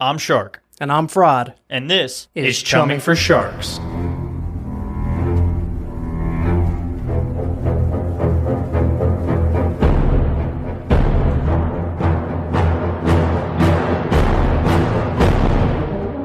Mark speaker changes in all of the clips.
Speaker 1: I'm Shark,
Speaker 2: And I'm Fraud.
Speaker 1: and this
Speaker 2: Is
Speaker 1: is Chumming
Speaker 2: Chumming
Speaker 1: for Sharks.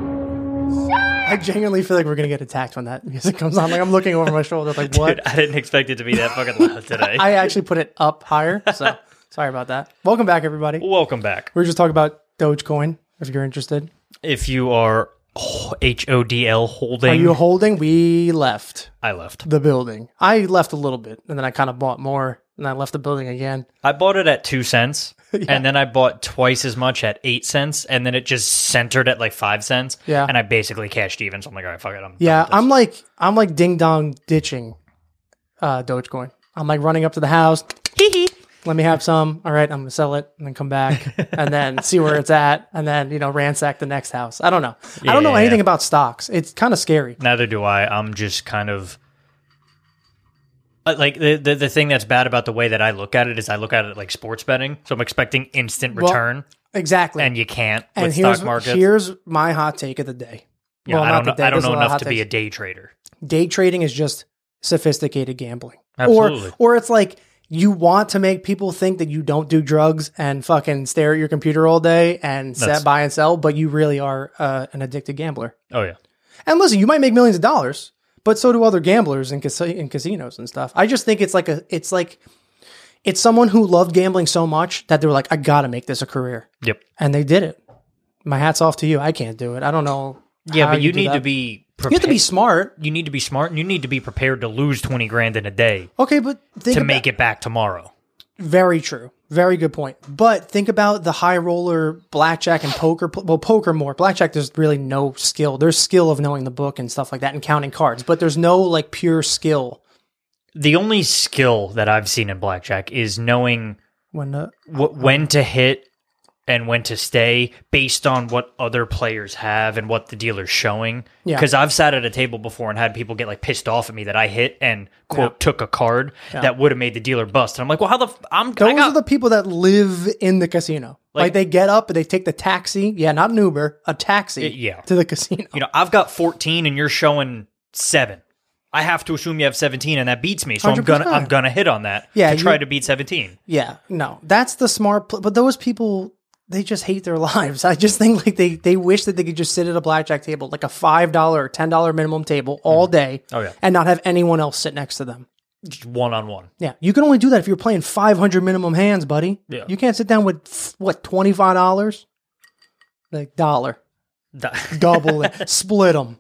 Speaker 2: I genuinely feel like we're gonna get attacked when that music comes on. Like I'm looking over my shoulder, like what?
Speaker 1: Dude, I didn't expect it to be that fucking loud today.
Speaker 2: I actually put it up higher, so sorry about that. Welcome back, everybody. We
Speaker 1: Welcome back.
Speaker 2: were just talking about Dogecoin. If you're interested,
Speaker 1: If you are oh, HODL holding,
Speaker 2: are you holding? We left
Speaker 1: I left.
Speaker 2: the building. I left a little bit, and then I kind of bought more, and I left the building again.
Speaker 1: I bought it at two cents, and then I bought twice as much at eight cents, and then it just centered at like five cents.
Speaker 2: Yeah.
Speaker 1: And I basically cashed even. So I'm like, all right, fuck it. I'm
Speaker 2: Yeah,
Speaker 1: done with
Speaker 2: I'm like I'm like ding dong ditching uh, Dogecoin. I'm like running up to the house. Let me have some. All right, I'm gonna sell it and then come back and then see where it's at and then you know ransack the next house. I don't know. I don't know
Speaker 1: Yeah.
Speaker 2: anything about stocks. It's kind of scary.
Speaker 1: this. neither do I. I'm just kind of. uh, Like the, the the thing that's bad about the way that I look at it is I look at it like sports betting, so I'm expecting instant return,
Speaker 2: Exactly.
Speaker 1: and you can't
Speaker 2: And
Speaker 1: with
Speaker 2: here's
Speaker 1: stock markets.
Speaker 2: here's my hot take of the day.
Speaker 1: Yeah,
Speaker 2: Well,
Speaker 1: I
Speaker 2: not
Speaker 1: don't know.
Speaker 2: that
Speaker 1: I don't
Speaker 2: there's a
Speaker 1: know
Speaker 2: lot of
Speaker 1: enough
Speaker 2: hot
Speaker 1: to be
Speaker 2: takes.
Speaker 1: a day trader.
Speaker 2: Day trading is just sophisticated gambling.
Speaker 1: Absolutely.
Speaker 2: Or or it's like you want to make people think that you don't do drugs and fucking stare at your computer all day and
Speaker 1: That's-
Speaker 2: set buy and sell, but you really are uh, an addicted gambler.
Speaker 1: Oh yeah,
Speaker 2: And listen, you might make millions of dollars, but so do other gamblers in, cas- in casinos and stuff. I just think it's like a, it's like, it's someone who loved gambling so much that they were like, I gotta make this a career,
Speaker 1: yep.
Speaker 2: and they did it. My hat's off to you. I can't do it. I don't know.
Speaker 1: Yeah,
Speaker 2: how
Speaker 1: but you,
Speaker 2: do
Speaker 1: need to
Speaker 2: that.
Speaker 1: be. Prepared.
Speaker 2: You have to be smart.
Speaker 1: You need to be smart, and you need to be prepared to lose twenty grand in a day
Speaker 2: Okay, but think
Speaker 1: to
Speaker 2: about-
Speaker 1: make it back tomorrow.
Speaker 2: Very true. Very good point. But think about the high roller blackjack and poker. pl- Well, poker more. Blackjack, there's really no skill. There's skill of knowing the book and stuff like that and counting cards, but there's no like pure skill
Speaker 1: The only skill that I've seen in blackjack is knowing
Speaker 2: when the
Speaker 1: wh- when to hit and when to stay based on what other players have and what the dealer's showing.
Speaker 2: Yeah.
Speaker 1: Because I've sat at a table before and had people get like pissed off at me that I hit and quote took a card that would have made the dealer bust. And I'm like, well, how the f- I'm I
Speaker 2: Those
Speaker 1: got
Speaker 2: are the people that live in the casino. Like,
Speaker 1: Like-
Speaker 2: they get up and they take the taxi. Yeah, not an Uber, a taxi
Speaker 1: yeah.
Speaker 2: to the casino.
Speaker 1: you know, I've got 14 and you're showing seven. I have to assume you have 17 and that beats me. So i am gonna I'm
Speaker 2: 100%.
Speaker 1: gonna hit on that
Speaker 2: Yeah,
Speaker 1: to
Speaker 2: you-
Speaker 1: try to beat 17.
Speaker 2: Yeah, no, that's the smart. Pl- but those people, they just hate their lives. I just think like they they wish that they could just sit at a blackjack table, like a five dollar or ten dollar minimum table, all day.
Speaker 1: Oh, yeah.
Speaker 2: and not have anyone else sit next to them.
Speaker 1: Just one on one.
Speaker 2: Yeah, you can only do that if you're playing five hundred minimum hands, buddy.
Speaker 1: Yeah.
Speaker 2: you can't sit down with f- what twenty five dollars, like dollar. double it, split them.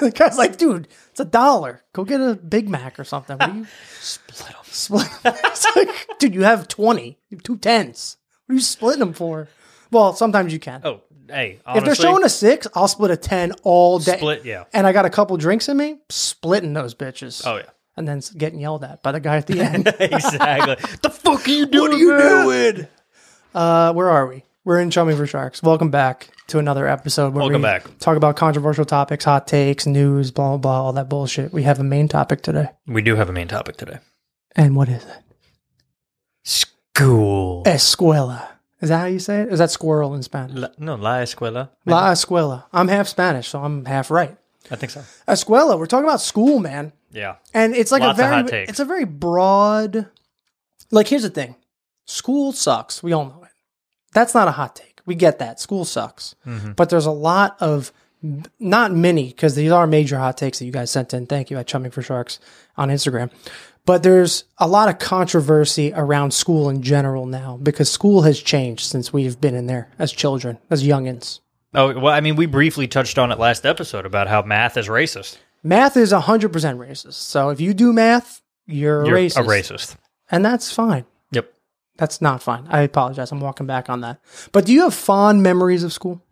Speaker 2: the guy's like, dude, it's a dollar. Go get a Big Mac or something. What are you split them? Split 'em. It's like, dude, you have twenty, you have two tens. What are you splitting them for? Well, sometimes you can.
Speaker 1: oh, hey,
Speaker 2: if
Speaker 1: honestly,
Speaker 2: they're showing a six, I'll split a ten all day.
Speaker 1: split, yeah.
Speaker 2: And I got a couple drinks in me, splitting those bitches.
Speaker 1: Oh yeah.
Speaker 2: And then s- getting yelled at by the guy at the end.
Speaker 1: exactly. the fuck are you doing?
Speaker 2: doing? Uh, where are we? We're in Chumming for Sharks. Welcome back to another episode. Where
Speaker 1: Welcome
Speaker 2: we
Speaker 1: back.
Speaker 2: Talk about controversial topics, hot takes, news, blah blah blah, all that bullshit. We have a main topic today,
Speaker 1: We do have a main topic today.
Speaker 2: and what is it?
Speaker 1: School.
Speaker 2: Eh. Escuela. Is that how you say it? Is that squirrel in Spanish?
Speaker 1: La- no, la escuela.
Speaker 2: La escuela. I'm half Spanish, so I'm half right.
Speaker 1: I think so.
Speaker 2: Escuela. We're talking about school, man.
Speaker 1: Yeah.
Speaker 2: And it's like
Speaker 1: Lots
Speaker 2: a
Speaker 1: of
Speaker 2: very
Speaker 1: hot takes.
Speaker 2: it's a very broad like here's the thing. School sucks. We all know it. That's not a hot take. We get that. School sucks.
Speaker 1: Mm-hmm.
Speaker 2: But there's a lot of not many because these are major hot takes that you guys sent in. Thank you at Chumming for Sharks on Instagram. But there's a lot of controversy around school in general now because school has changed since we've been in there as children, as youngins.
Speaker 1: Oh well, I mean, we briefly touched on it last episode about how math is racist.
Speaker 2: Math is 100% racist. So if you do math, you're,
Speaker 1: You're
Speaker 2: racist.
Speaker 1: a racist.
Speaker 2: And that's fine.
Speaker 1: Yep.
Speaker 2: That's not fine. I apologize. I'm walking back on that. But do you have fond memories of school?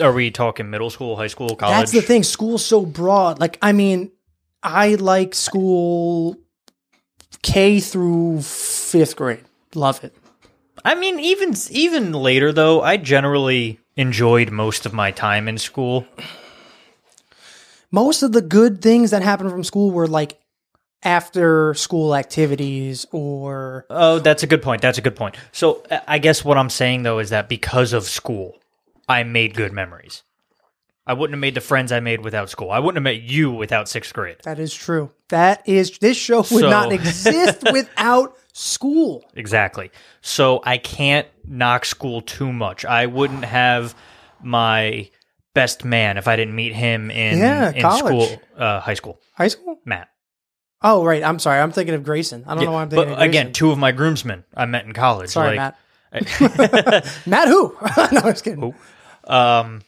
Speaker 1: Are we talking middle school, high school, college?
Speaker 2: That's the thing. School's so broad. Like, I mean, I like school K through fifth grade. Love it.
Speaker 1: I mean, even even later though, I generally enjoyed most of my time in school.
Speaker 2: Most of the good things that happened from school were like after school activities or
Speaker 1: Oh, that's a good point. That's a good point. So I- I guess what I'm saying though is that because of school, I made good memories. I wouldn't have made the friends I made without school. I wouldn't have met you without sixth grade.
Speaker 2: That is true. That is this show would
Speaker 1: So-
Speaker 2: not exist without school.
Speaker 1: Exactly. So I can't knock school too much. I wouldn't have my best man if I didn't meet him in,
Speaker 2: Yeah,
Speaker 1: in
Speaker 2: college.
Speaker 1: school, uh, high school,
Speaker 2: High school?
Speaker 1: Matt.
Speaker 2: Oh, right. I'm sorry. I'm thinking of Grayson. I don't know why I'm thinking
Speaker 1: but
Speaker 2: of Grayson.
Speaker 1: again, two of my groomsmen I met in college.
Speaker 2: sorry,
Speaker 1: like,
Speaker 2: Matt. Matt, who? no, I was kidding.
Speaker 1: um,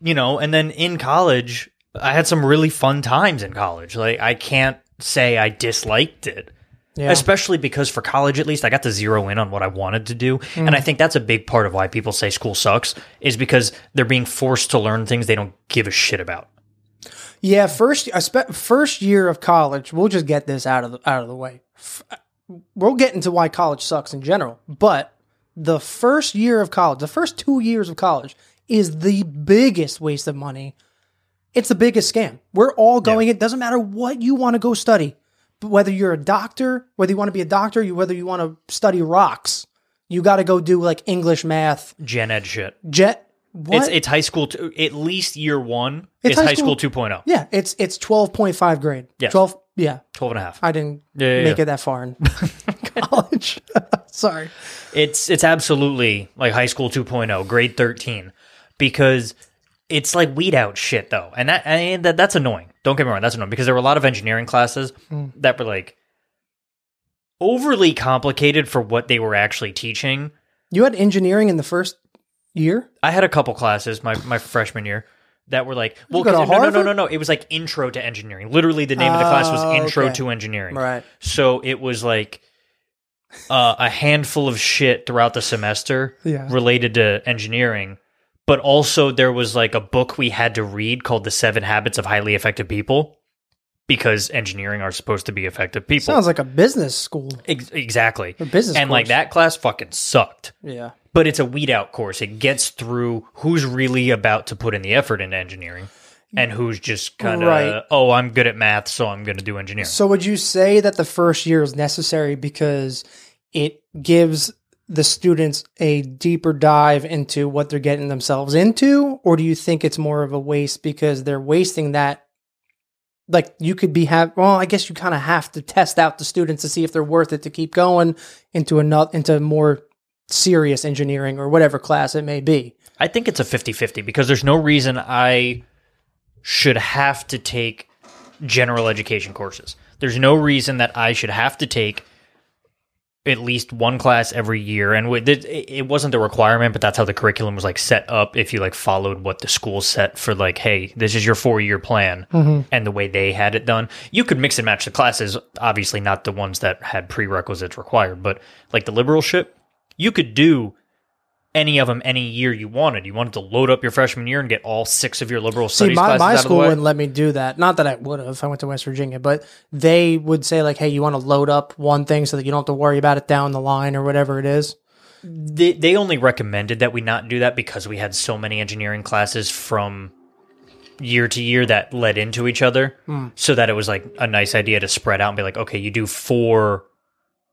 Speaker 1: you know, and then in college, I had some really fun times in college. Like I can't say I disliked it.
Speaker 2: Yeah.
Speaker 1: Especially because for college, at least, I got to zero in on what I wanted to do. And
Speaker 2: Mm.
Speaker 1: I think that's a big part of why people say school sucks is because they're being forced to learn things they don't give a shit about.
Speaker 2: Yeah, first I spe- first year of college. We'll just get this out of the, out of the way. F- we'll get into why college sucks in general, but the first year of college, the first two years of college, is the biggest waste of money. It's the biggest scam. We're all going. It doesn't matter what you want to go study, but whether you're a doctor, whether you want to be a doctor, you whether you want to study rocks, you got to go do like English, math,
Speaker 1: Gen Ed shit.
Speaker 2: jet. What?
Speaker 1: It's, it's high school, t- at least year one,
Speaker 2: It's
Speaker 1: is
Speaker 2: high
Speaker 1: high school, oh.
Speaker 2: school-
Speaker 1: 2.0,
Speaker 2: yeah, it's it's twelve point five grade.
Speaker 1: Yes.
Speaker 2: Twelve. Yeah,
Speaker 1: 12 and a half.
Speaker 2: I didn't
Speaker 1: yeah,
Speaker 2: make
Speaker 1: yeah.
Speaker 2: it that far in college. Sorry.
Speaker 1: It's it's absolutely like high school 2.0, grade 13 because it's like weed out shit though. And that and that, that's annoying. Don't get me wrong, that's annoying because there were a lot of engineering classes
Speaker 2: Hmm.
Speaker 1: that were like overly complicated for what they were actually teaching.
Speaker 2: You had engineering in the first year?
Speaker 1: I had a couple classes my my freshman year that were like well
Speaker 2: go to
Speaker 1: 'cause- no, no no
Speaker 2: Harvard?
Speaker 1: no no it was like intro to engineering. Literally the name of the class
Speaker 2: Oh,
Speaker 1: was intro
Speaker 2: okay.
Speaker 1: to engineering.
Speaker 2: Right.
Speaker 1: So it was like uh, a handful of shit throughout the semester
Speaker 2: Yeah.
Speaker 1: related to engineering. But also, there was like a book we had to read called The Seven Habits of Highly Effective People because engineering are supposed to be effective people.
Speaker 2: Sounds like a business school.
Speaker 1: Ex- exactly.
Speaker 2: A business
Speaker 1: and like
Speaker 2: course.
Speaker 1: that class fucking sucked.
Speaker 2: Yeah.
Speaker 1: But it's a weed out course. It gets through who's really about to put in the effort into engineering and who's just kind of,
Speaker 2: Right.
Speaker 1: oh, I'm good at math, so I'm going to do engineering.
Speaker 2: So would you say that the first year is necessary because it gives the students a deeper dive into what they're getting themselves into or do you think it's more of a waste because they're wasting that like you could be have well I guess you kind of have to test out the students to see if they're worth it to keep going into another into more serious engineering or whatever class it may be.
Speaker 1: I think it's a 50-50 because there's no reason I should have to take general education courses. There's no reason that I should have to take at least one class every year and with it, it wasn't the requirement but that's how the curriculum was like set up if you like followed what the school set for like hey this is your four year plan
Speaker 2: Mm-hmm.
Speaker 1: and the way they had it done you could mix and match the classes obviously not the ones that had prerequisites required but like the liberal ship you could do any of them any year you wanted you wanted to load up your freshman year and get all six of your liberal
Speaker 2: See,
Speaker 1: studies
Speaker 2: my,
Speaker 1: classes
Speaker 2: my
Speaker 1: out
Speaker 2: school
Speaker 1: of the
Speaker 2: wouldn't
Speaker 1: way.
Speaker 2: let me do that. Not that I would have. I went to West Virginia, but they would say like, "Hey, you want to load up one thing so that you don't have to worry about it down the line or whatever it is."
Speaker 1: they, they only recommended that we not do that because we had so many engineering classes from year to year that led into each other
Speaker 2: Hmm.
Speaker 1: so that it was like a nice idea to spread out and be like okay you do four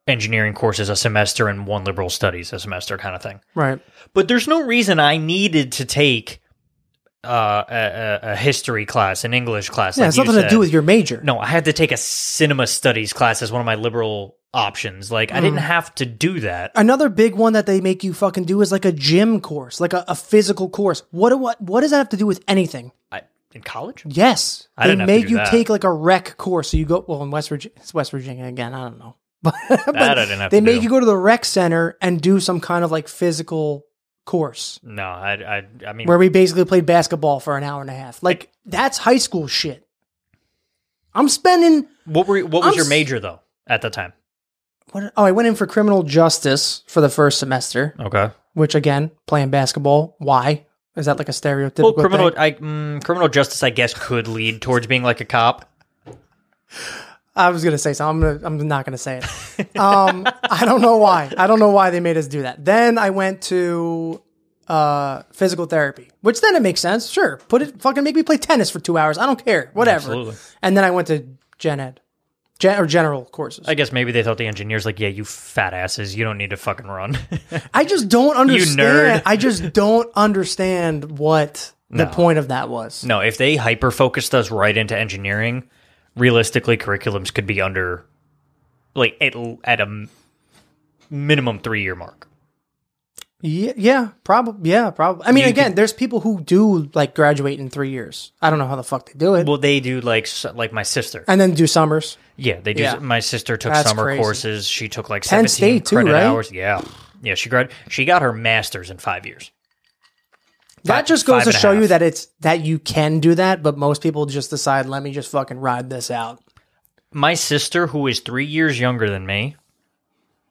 Speaker 1: engineering courses a semester and one liberal studies a semester kind of thing
Speaker 2: Right.
Speaker 1: but there's no reason i needed to take uh, a, a, a history class an english class
Speaker 2: Yeah,
Speaker 1: like
Speaker 2: it's
Speaker 1: you
Speaker 2: nothing to
Speaker 1: said.
Speaker 2: do with your major.
Speaker 1: no i had to take a cinema studies class as one of my liberal options like
Speaker 2: Hmm.
Speaker 1: i didn't have to do that
Speaker 2: Another big one that they make you fucking do is like a gym course, like a, a physical course. What do what what does that have to do with anything?
Speaker 1: I, in college
Speaker 2: Yes,
Speaker 1: I
Speaker 2: they
Speaker 1: didn't have to
Speaker 2: make
Speaker 1: do
Speaker 2: you
Speaker 1: that.
Speaker 2: take like a rec course. So you go well in West Virginia. It's West Virginia again. I don't know, but, but
Speaker 1: That I didn't have
Speaker 2: they
Speaker 1: to
Speaker 2: make
Speaker 1: do.
Speaker 2: you go to the rec center and do some kind of like physical course.
Speaker 1: No, I, I, I mean,
Speaker 2: where we basically played basketball for an hour and a half. Like that's high school shit. I'm spending
Speaker 1: what were you- what was
Speaker 2: I'm
Speaker 1: your
Speaker 2: s-
Speaker 1: major though at the time?
Speaker 2: what oh, I went in for criminal justice for the first semester,
Speaker 1: Okay,
Speaker 2: which again, playing basketball, why? Is that like a stereotypical
Speaker 1: well, criminal,
Speaker 2: thing?
Speaker 1: I, mm, criminal justice, I guess, could lead towards being like a cop.
Speaker 2: I was gonna say something. I'm, gonna, I'm not gonna say it. Um, I don't know why. I don't know why they made us do that. Then I went to uh, physical therapy, which then it makes sense. Sure, put it fucking make me play tennis for two hours. I don't care. Whatever.
Speaker 1: Absolutely.
Speaker 2: And then I went to gen ed, Gen- or general courses.
Speaker 1: I guess maybe they thought the engineers like, yeah, you fat asses, you don't need to fucking run.
Speaker 2: I just don't understand.
Speaker 1: nerd.
Speaker 2: I just don't understand what the
Speaker 1: No.
Speaker 2: point of that was.
Speaker 1: no, if they hyper focused us right into engineering, realistically, curriculums could be under like at at a m- minimum three year mark.
Speaker 2: Yeah, yeah, probably. Yeah, probably. I mean,
Speaker 1: You
Speaker 2: again, there's people who do like graduate in three years. I don't know how the fuck they do it,
Speaker 1: Well, they do like s- like my sister.
Speaker 2: and then do summers.
Speaker 1: Yeah, they do.
Speaker 2: Yeah.
Speaker 1: My sister took
Speaker 2: That's
Speaker 1: summer
Speaker 2: crazy.
Speaker 1: courses. She took like
Speaker 2: Penn
Speaker 1: seventeen
Speaker 2: State too,
Speaker 1: credit
Speaker 2: right?
Speaker 1: hours. Yeah, yeah. She grad. She got her master's in five years.
Speaker 2: That
Speaker 1: Five-
Speaker 2: just
Speaker 1: five
Speaker 2: goes to
Speaker 1: and a
Speaker 2: show you
Speaker 1: half.
Speaker 2: that it's that you can do that, but most people just decide, let me just fucking ride this out.
Speaker 1: My sister, who is three years younger than me,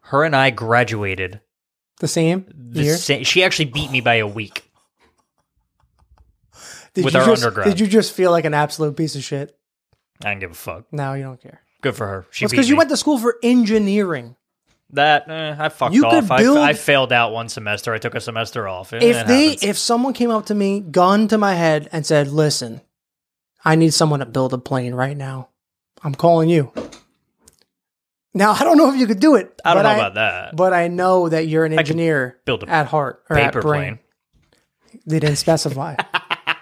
Speaker 1: her and I graduated.
Speaker 2: The same
Speaker 1: The
Speaker 2: year.
Speaker 1: sa- she actually beat me by a week.
Speaker 2: Did
Speaker 1: with
Speaker 2: you
Speaker 1: our
Speaker 2: just,
Speaker 1: undergrad.
Speaker 2: Did you just feel like an absolute piece of shit?
Speaker 1: I don't give a fuck.
Speaker 2: No, you don't care.
Speaker 1: Good for her. She
Speaker 2: It's
Speaker 1: beat
Speaker 2: because you
Speaker 1: me.
Speaker 2: went to school for engineering.
Speaker 1: that. eh, I fucked
Speaker 2: You
Speaker 1: off.
Speaker 2: could
Speaker 1: I,
Speaker 2: build-
Speaker 1: I failed out one semester. I took a semester off. Eh,
Speaker 2: If
Speaker 1: it
Speaker 2: they,
Speaker 1: happens.
Speaker 2: if someone came up to me, gun to my head, and said, "Listen, I need someone to build a plane right now. I'm calling you." Now I don't know if you could do it.
Speaker 1: I don't
Speaker 2: but
Speaker 1: know about that.
Speaker 2: But I know that you're an engineer
Speaker 1: build a
Speaker 2: at heart or
Speaker 1: Paper
Speaker 2: at brain.
Speaker 1: plane.
Speaker 2: They didn't specify.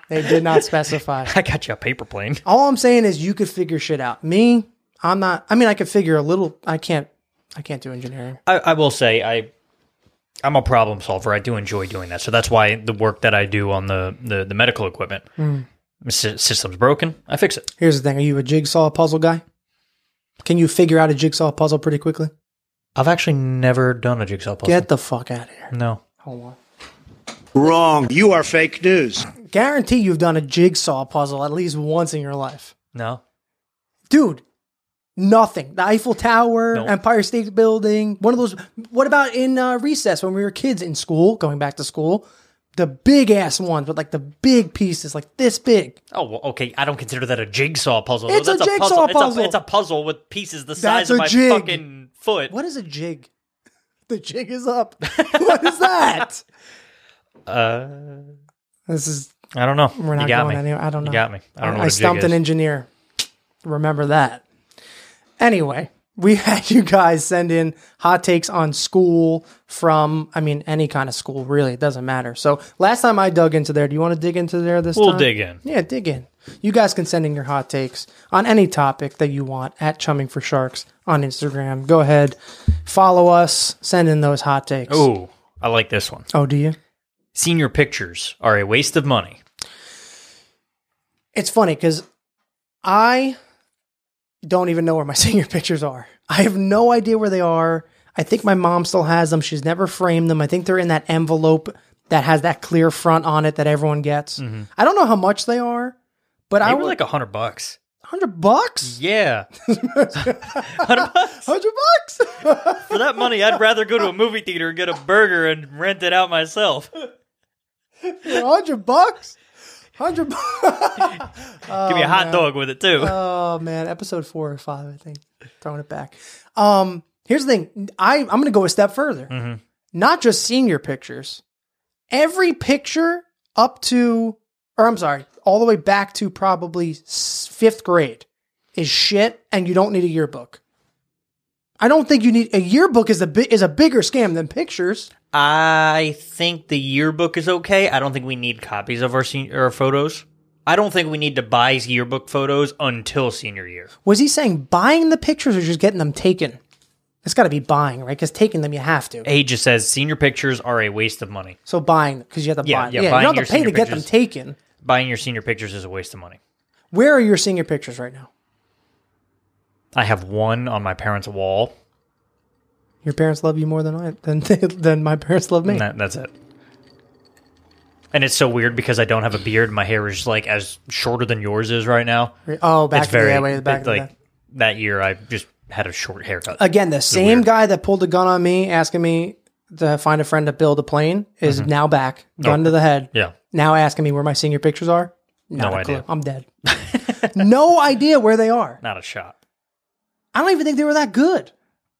Speaker 2: they did not specify.
Speaker 1: I got you a paper plane.
Speaker 2: All I'm saying is you could figure shit out. Me, I'm not. I mean, I could figure a little. I can't. I can't do engineering.
Speaker 1: I, I will say I I'm a problem solver. I do enjoy doing that. So that's why the work that I do on the the, the medical equipment
Speaker 2: Hmm.
Speaker 1: sy- system's broken. I fix it.
Speaker 2: Here's the thing: Are you a jigsaw puzzle guy? Can you figure out a jigsaw puzzle pretty quickly?
Speaker 1: I've actually never done a jigsaw puzzle.
Speaker 2: Get the fuck out of here.
Speaker 1: no.
Speaker 2: Hold on.
Speaker 3: Wrong. You are fake news.
Speaker 2: Guarantee you've done a jigsaw puzzle at least once in your life.
Speaker 1: No.
Speaker 2: Dude, nothing. The Eiffel Tower,
Speaker 1: Nope.
Speaker 2: Empire State Building, one of those. What about in uh, recess when we were kids in school, going back to school? The big ass ones with like the big pieces, like this big.
Speaker 1: Oh, well, okay. I don't consider that a jigsaw puzzle. though.
Speaker 2: It's a
Speaker 1: That's
Speaker 2: jigsaw
Speaker 1: It's a-
Speaker 2: puzzle.
Speaker 1: It's a, puzzle with pieces the size
Speaker 2: a
Speaker 1: of my
Speaker 2: jig.
Speaker 1: fucking foot.
Speaker 2: What is a jig? The jig is up. what is that?
Speaker 1: Uh,
Speaker 2: This is,
Speaker 1: I don't know.
Speaker 2: we're not
Speaker 1: you got
Speaker 2: going
Speaker 1: me.
Speaker 2: anywhere. I don't know.
Speaker 1: You got me. I don't know
Speaker 2: I,
Speaker 1: what a jig
Speaker 2: stumped an
Speaker 1: is.
Speaker 2: engineer. Remember that. Anyway, we had you guys send in hot takes on school from, I mean, any kind of school, really. It doesn't matter. So last time I dug into there, do you want to dig into there this
Speaker 1: We'll
Speaker 2: time?
Speaker 1: dig in.
Speaker 2: Yeah, dig in. You guys can send in your hot takes on any topic that you want at Chumming for Sharks on Instagram. Go ahead, follow us, send in those hot takes.
Speaker 1: Ooh, I like this one.
Speaker 2: Oh, do you?
Speaker 1: Senior pictures are a waste of money.
Speaker 2: It's funny because I don't even know where my senior pictures are. I have no idea where they are. I think my mom still has them. She's never framed them. I think they're in that envelope that has that clear front on it that everyone gets. I don't know how much they are, but I
Speaker 1: Mm-hmm. They
Speaker 2: would
Speaker 1: were like
Speaker 2: like
Speaker 1: a hundred bucks.
Speaker 2: hundred bucks.
Speaker 1: Yeah. 100 bucks.
Speaker 2: Hundred bucks.
Speaker 1: For that money, I'd rather go to a movie theater and get a burger and rent it out myself.
Speaker 2: hundred bucks. Hundred. bucks.
Speaker 1: Give me a hot dog with it too.
Speaker 2: oh man, episode four or five, I think. Throwing it back. Um, here's the thing. I I'm gonna go a step further. Not just senior pictures. Every picture up to, or I'm sorry, all the way back to probably s- fifth grade is shit, and you don't need a yearbook. I don't think you need a yearbook is a bit is a bigger scam than pictures.
Speaker 1: I think the yearbook is okay. I don't think we need copies of our senior our photos. I don't think we need to buy yearbook photos until senior year.
Speaker 2: Was he saying buying the pictures or just getting them taken? It's got to be buying, right? Because taking them you have to.
Speaker 1: Age just says senior pictures are a waste of money.
Speaker 2: So buying because you have to
Speaker 1: Yeah,
Speaker 2: buy.
Speaker 1: yeah,
Speaker 2: Yeah, you
Speaker 1: buying
Speaker 2: don't
Speaker 1: your
Speaker 2: have to pay to
Speaker 1: senior
Speaker 2: get them
Speaker 1: pictures.
Speaker 2: taken.
Speaker 1: Buying your senior pictures is a waste of money.
Speaker 2: Where are your senior pictures right now?
Speaker 1: I have one on my parents' wall.
Speaker 2: Your parents love you more than I than than my parents love me.
Speaker 1: And that, that's it. And it's so weird because I don't have a beard. My hair is like as shorter than yours is right now.
Speaker 2: Oh, back
Speaker 1: it's very
Speaker 2: yeah, way back
Speaker 1: it-
Speaker 2: in the
Speaker 1: like
Speaker 2: day.
Speaker 1: that year I just had a short haircut.
Speaker 2: Again, the same guy that pulled the gun on me, asking me to find a friend to build a plane, is now back, gun to the head.
Speaker 1: Mm-hmm. Oh. yeah.
Speaker 2: Now asking me where my senior pictures are. Not
Speaker 1: No
Speaker 2: a
Speaker 1: idea.
Speaker 2: Clue. I'm dead. no idea where they are.
Speaker 1: Not a shot.
Speaker 2: I don't even think they were that good.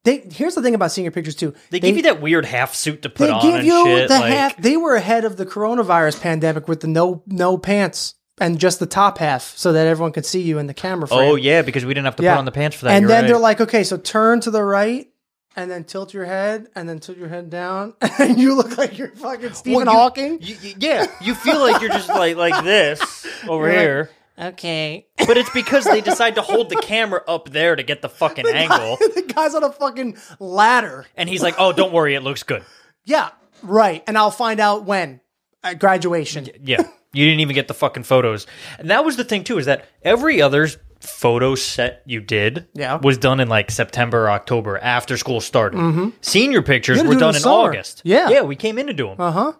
Speaker 2: They here's the thing about senior pictures too.
Speaker 1: They, give you that weird half suit to put
Speaker 2: They
Speaker 1: on
Speaker 2: give
Speaker 1: and
Speaker 2: you
Speaker 1: shit.
Speaker 2: the
Speaker 1: like,
Speaker 2: half. They were ahead of the coronavirus pandemic with the no no pants and just the top half so that everyone could see you in the camera frame.
Speaker 1: Oh yeah, because we didn't have to put on the pants for that.
Speaker 2: And
Speaker 1: You're
Speaker 2: then
Speaker 1: right.
Speaker 2: they're like, okay, so turn to the right and then tilt your head and then tilt your head down and you look like you're fucking Stephen
Speaker 1: you-
Speaker 2: Hawking.
Speaker 1: Y- y- yeah, you feel like you're just like like this over
Speaker 2: You're like-
Speaker 1: here.
Speaker 2: okay.
Speaker 1: But it's because they decide to hold the camera up there to get the fucking angle.
Speaker 2: the guy's on a fucking ladder.
Speaker 1: And he's like, "Oh, don't worry, it looks good."
Speaker 2: Yeah, right. And I'll find out when at graduation.
Speaker 1: Yeah, you didn't even get the fucking photos. And that was the thing too is that every other photo set you did
Speaker 2: Yeah.
Speaker 1: was done in like September, October after school started. Senior pictures
Speaker 2: Mm-hmm. You had
Speaker 1: were
Speaker 2: to do it in
Speaker 1: done
Speaker 2: the
Speaker 1: in
Speaker 2: summer.
Speaker 1: August.
Speaker 2: Yeah. Uh-huh.
Speaker 1: yeah, we came in to do them.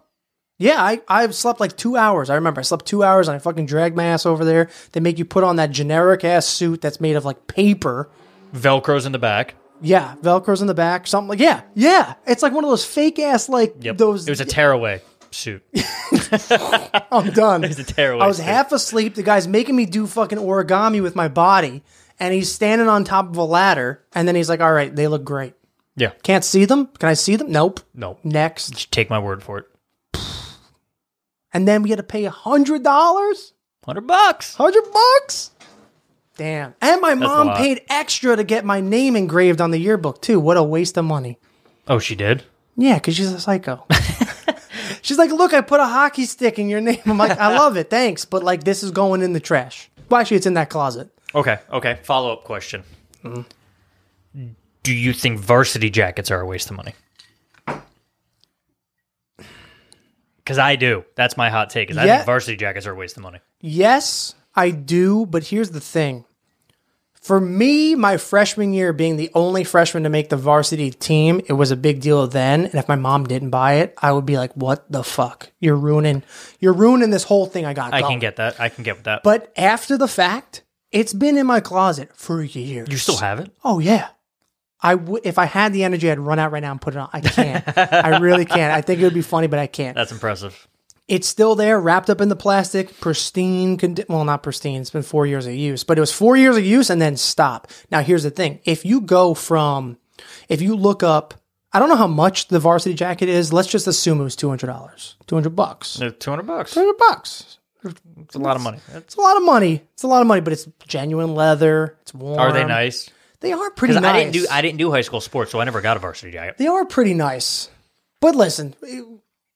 Speaker 2: Yeah, I I slept like two hours. I remember I slept two hours and I fucking dragged my ass over there. They make you put on that generic ass suit that's made of like paper.
Speaker 1: Velcro's in the back.
Speaker 2: Yeah, Velcro's in the back, something like yeah, yeah. It's like one of those fake ass like
Speaker 1: Yep.
Speaker 2: those.
Speaker 1: it was a tearaway suit.
Speaker 2: I'm done.
Speaker 1: It's a tearaway.
Speaker 2: I was
Speaker 1: suit.
Speaker 2: half asleep. The guy's making me do fucking origami with my body, and he's standing on top of a ladder. And then he's like, "All right, they look great.
Speaker 1: Yeah.
Speaker 2: Can't see them. Can I see them? Nope.
Speaker 1: No.
Speaker 2: Next."
Speaker 1: Just take my word for it.
Speaker 2: And then we had to pay a hundred dollars,
Speaker 1: Hundred bucks.
Speaker 2: hundred bucks. Damn. And my
Speaker 1: a
Speaker 2: mom
Speaker 1: lot.
Speaker 2: paid extra to get my name engraved on the yearbook too. What a waste of money.
Speaker 1: Oh, she did.
Speaker 2: Yeah, because she's a psycho. she's like, look, I put a hockey stick in your name. I'm like, I love it, thanks, but like this is going in the trash. Well, actually, it's in that closet.
Speaker 1: Okay. Okay. Follow up question. Do you think varsity jackets are a waste of money? Because I do. That's my hot take. Is I
Speaker 2: Yeah.
Speaker 1: think varsity jackets are a waste of money.
Speaker 2: Yes, I do, but here's the thing. For me, my freshman year being the only freshman to make the varsity team, it was a big deal then. And if my mom didn't buy it, I would be like, "What the fuck? You're ruining, you're ruining this whole thing." I got.
Speaker 1: I
Speaker 2: going."
Speaker 1: can get that. I can get with that.
Speaker 2: But after the fact, it's been in my closet for years.
Speaker 1: you still have it.
Speaker 2: Oh yeah. I w- if I had the energy, I'd run out right now and put it on. I can't. I really can't. I think it would be funny, but I can't.
Speaker 1: That's impressive.
Speaker 2: It's still there, wrapped up in the plastic, pristine. Condi- well, not pristine. It's been four years of use, but it was four years of use and then stop. Now, here's the thing: if you go from, if you look up, I don't know how much the varsity jacket is. Let's just assume it was two hundred dollars, two hundred bucks, two
Speaker 1: Two hundred bucks.
Speaker 2: hundred bucks.
Speaker 1: It's a lot of money. That's-
Speaker 2: It's a lot of money. It's a lot of money, but it's genuine leather. It's warm.
Speaker 1: Are they nice?
Speaker 2: They are pretty
Speaker 1: 'Cause
Speaker 2: nice.
Speaker 1: I didn't do. I didn't do high school sports, so I never got a varsity jacket.
Speaker 2: they are pretty nice. But listen,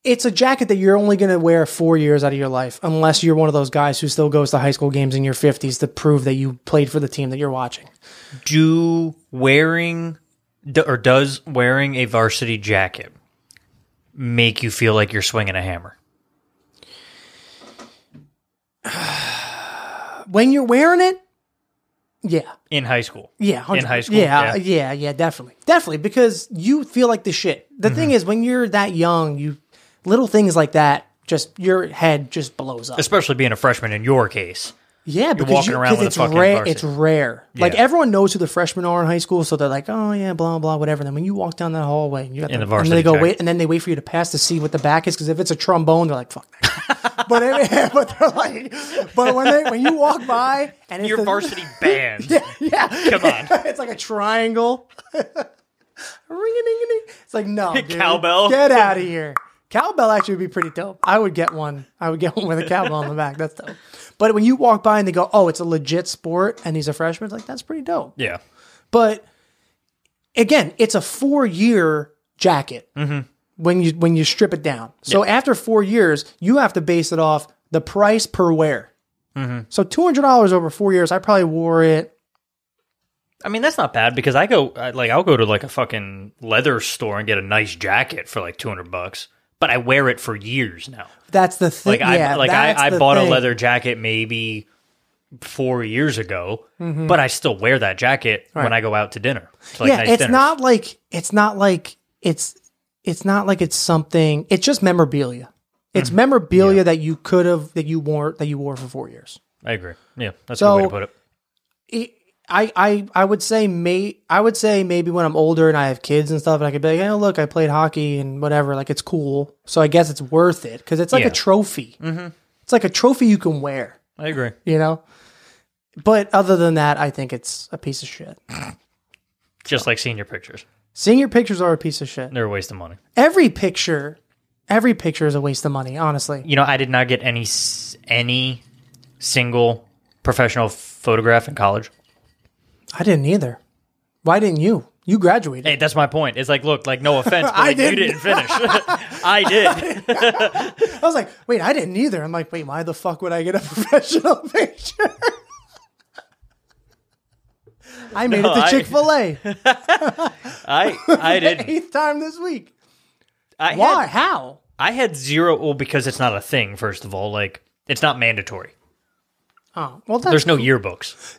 Speaker 2: it's a jacket that you're only going to wear four years out of your life, unless you're one of those guys who still goes to high school games in your 50s to prove that you played for the team that you're watching.
Speaker 1: do wearing d- or does wearing a varsity jacket make you feel like you're swinging a hammer?
Speaker 2: When you're wearing it, yeah,
Speaker 1: In high school.
Speaker 2: yeah,
Speaker 1: In high school,
Speaker 2: yeah,
Speaker 1: yeah.
Speaker 2: yeah, yeah, definitely, definitely, because you feel like the shit. The thing
Speaker 1: Mm-hmm.
Speaker 2: is, when you're that young, you little things like that, just your head just blows up.
Speaker 1: Especially being a freshman in your case.
Speaker 2: Yeah, because
Speaker 1: walking
Speaker 2: you-
Speaker 1: around
Speaker 2: 'cause
Speaker 1: with a
Speaker 2: it's
Speaker 1: fucking
Speaker 2: rare.
Speaker 1: varsity.
Speaker 2: It's rare. Like
Speaker 1: Yeah.
Speaker 2: everyone knows who the freshmen are in high school, so they're like, "Oh yeah, blah blah, whatever." And then when you walk down that hallway, and you got
Speaker 1: In
Speaker 2: the,
Speaker 1: the varsity
Speaker 2: and they go
Speaker 1: jacket.
Speaker 2: wait, and then they wait for you to pass to see what the back is because if it's a trombone, they're like, "Fuck." That. but it, but they're like, but when they when you walk by and it's
Speaker 1: Your
Speaker 2: the-
Speaker 1: varsity band.
Speaker 2: yeah,
Speaker 1: Come on.
Speaker 2: it's like a triangle. Ring-a-ding-a-ding. It's like no dude.
Speaker 1: Cowbell.
Speaker 2: Get out of here. Cowbell actually would be pretty dope. I would get one. I would get one with a cowbell on the back. That's dope. But when you walk by and they go, "Oh, it's a legit sport," and he's a freshman, it's like that's pretty dope.
Speaker 1: Yeah.
Speaker 2: But again, it's a four-year jacket
Speaker 1: Mm-hmm.
Speaker 2: when you when you strip it down. So after four years, you have to base it off the price per wear.
Speaker 1: Mm-hmm.
Speaker 2: So two hundred dollars over four years, I probably wore it
Speaker 1: I mean, that's not bad because I go, I, like, I'll go to like a fucking leather store and get a nice jacket for like 200 bucks, but I wear it for years now.
Speaker 2: That's the thing.
Speaker 1: Like,
Speaker 2: yeah,
Speaker 1: I, like
Speaker 2: that's
Speaker 1: I, I
Speaker 2: the
Speaker 1: bought
Speaker 2: thing.
Speaker 1: a leather jacket maybe four years ago, but I still wear that jacket when I go out to dinner. to, like,
Speaker 2: Mm-hmm. Yeah,
Speaker 1: nice
Speaker 2: it's
Speaker 1: dinners.
Speaker 2: not like it's not like it's it's not like it's something. It's just memorabilia. It's
Speaker 1: Mm-hmm.
Speaker 2: memorabilia that you could have that you wore that you wore for four years.
Speaker 1: I agree. Yeah, that's
Speaker 2: So-
Speaker 1: a good way to put it.
Speaker 2: It, I I I would say may I would say maybe when I'm older and I have kids and stuff and I could be like, oh look, I played hockey and whatever. Like it's cool. So I guess it's worth it because it's like
Speaker 1: Yeah.
Speaker 2: a trophy. Mm-hmm. It's like a trophy you can wear.
Speaker 1: I agree.
Speaker 2: You know. But other than that, I think it's a piece of shit.
Speaker 1: Just like senior pictures,
Speaker 2: Seeing your pictures are a piece of shit.
Speaker 1: they're a waste of money.
Speaker 2: every picture every picture is a waste of money honestly
Speaker 1: You know, I did not get any s- any single professional photograph in college?
Speaker 2: I didn't either. Why didn't you? You graduated.
Speaker 1: Hey, that's my point. It's like, look, like no offense, but
Speaker 2: I
Speaker 1: like, you didn't
Speaker 2: didn't.
Speaker 1: finish. I did.
Speaker 2: I was like, wait, I didn't either. I'm like, wait, why the fuck would I get a professional picture? I made
Speaker 1: No,
Speaker 2: it to
Speaker 1: I-
Speaker 2: Chick Fil A
Speaker 1: I I did.
Speaker 2: eighth time this week.
Speaker 1: I had-
Speaker 2: Why? How?
Speaker 1: I had zero. Well, because it's not a thing. First of all, like it's not mandatory.
Speaker 2: Oh, well, that's,
Speaker 1: There's no yearbooks,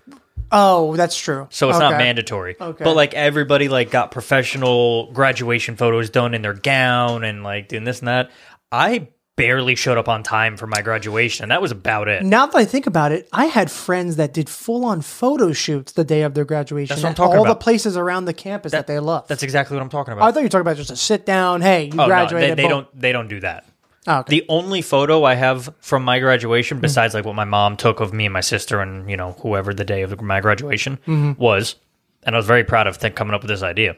Speaker 2: Oh, that's true.
Speaker 1: so it's not
Speaker 2: Okay.
Speaker 1: mandatory.
Speaker 2: Okay.
Speaker 1: But like everybody, like got professional graduation photos done in their gown and like doing this and that. I barely showed up on time for my graduation, and that was about it.
Speaker 2: Now that I think about it, I had friends that did full on photo shoots the day of their graduation.
Speaker 1: That's what I'm
Speaker 2: at
Speaker 1: talking
Speaker 2: all
Speaker 1: about.
Speaker 2: the places around the campus that, they love.
Speaker 1: That's exactly what I'm talking about.
Speaker 2: I thought you were talking about just a sit down. Hey, you
Speaker 1: Oh, no,
Speaker 2: graduated.
Speaker 1: they, they
Speaker 2: boom.
Speaker 1: don't. They don't do that.
Speaker 2: Oh, okay.
Speaker 1: The only photo I have from my graduation, besides like what my mom took of me and my sister and you know whoever the day of my graduation was, and I was very proud of th- coming up with this idea.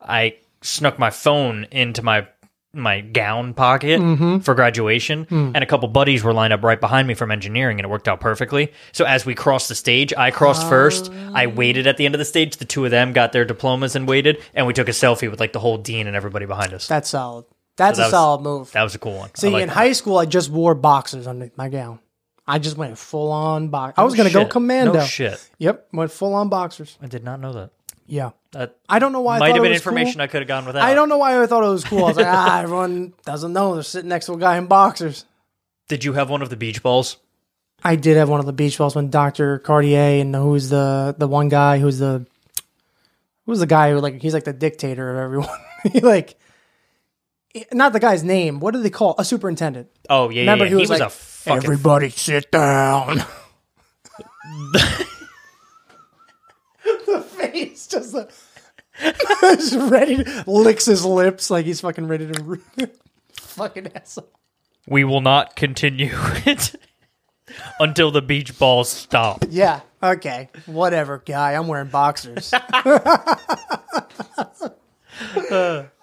Speaker 1: I snuck my phone into my my gown pocket for graduation, and a couple buddies were lined up right behind me from engineering, and it worked out perfectly. So as we crossed the stage, I crossed first. I waited at the end of the stage. The two of them got their diplomas and waited, and we took a selfie with like the whole dean and everybody behind us.
Speaker 2: That's solid. That's
Speaker 1: that
Speaker 2: a
Speaker 1: was-
Speaker 2: solid move.
Speaker 1: That was a cool one. I
Speaker 2: See,
Speaker 1: like
Speaker 2: in
Speaker 1: that.
Speaker 2: high school, I just wore boxers under my gown. I just went full on box. I was going to go
Speaker 1: Shit.
Speaker 2: commando.
Speaker 1: No shit.
Speaker 2: Yep, went full on boxers.
Speaker 1: I did not know that.
Speaker 2: Yeah,
Speaker 1: That
Speaker 2: I don't know why. I
Speaker 1: might
Speaker 2: thought
Speaker 1: have
Speaker 2: it
Speaker 1: been
Speaker 2: was
Speaker 1: information
Speaker 2: Cool.
Speaker 1: I could have gone without.
Speaker 2: I don't know why I thought it was cool. I was like, ah, everyone doesn't know they're sitting next to a guy in boxers.
Speaker 1: Did you have one of the beach balls?
Speaker 2: I did have one of the beach balls when Doctor Cartier and who's the the one guy who's the who's the guy who like he's like the dictator of everyone. he like not the guy's name. What do they call a superintendent?
Speaker 1: Oh yeah,
Speaker 2: Remember
Speaker 1: yeah. yeah.
Speaker 2: he was, like,
Speaker 1: a fucking.
Speaker 2: everybody sit down. the face just like, just ready to, licks his lips like he's fucking ready to fucking asshole.
Speaker 1: we will not continue it until the beach balls stop.
Speaker 2: Yeah. Okay. Whatever, guy. I'm wearing boxers.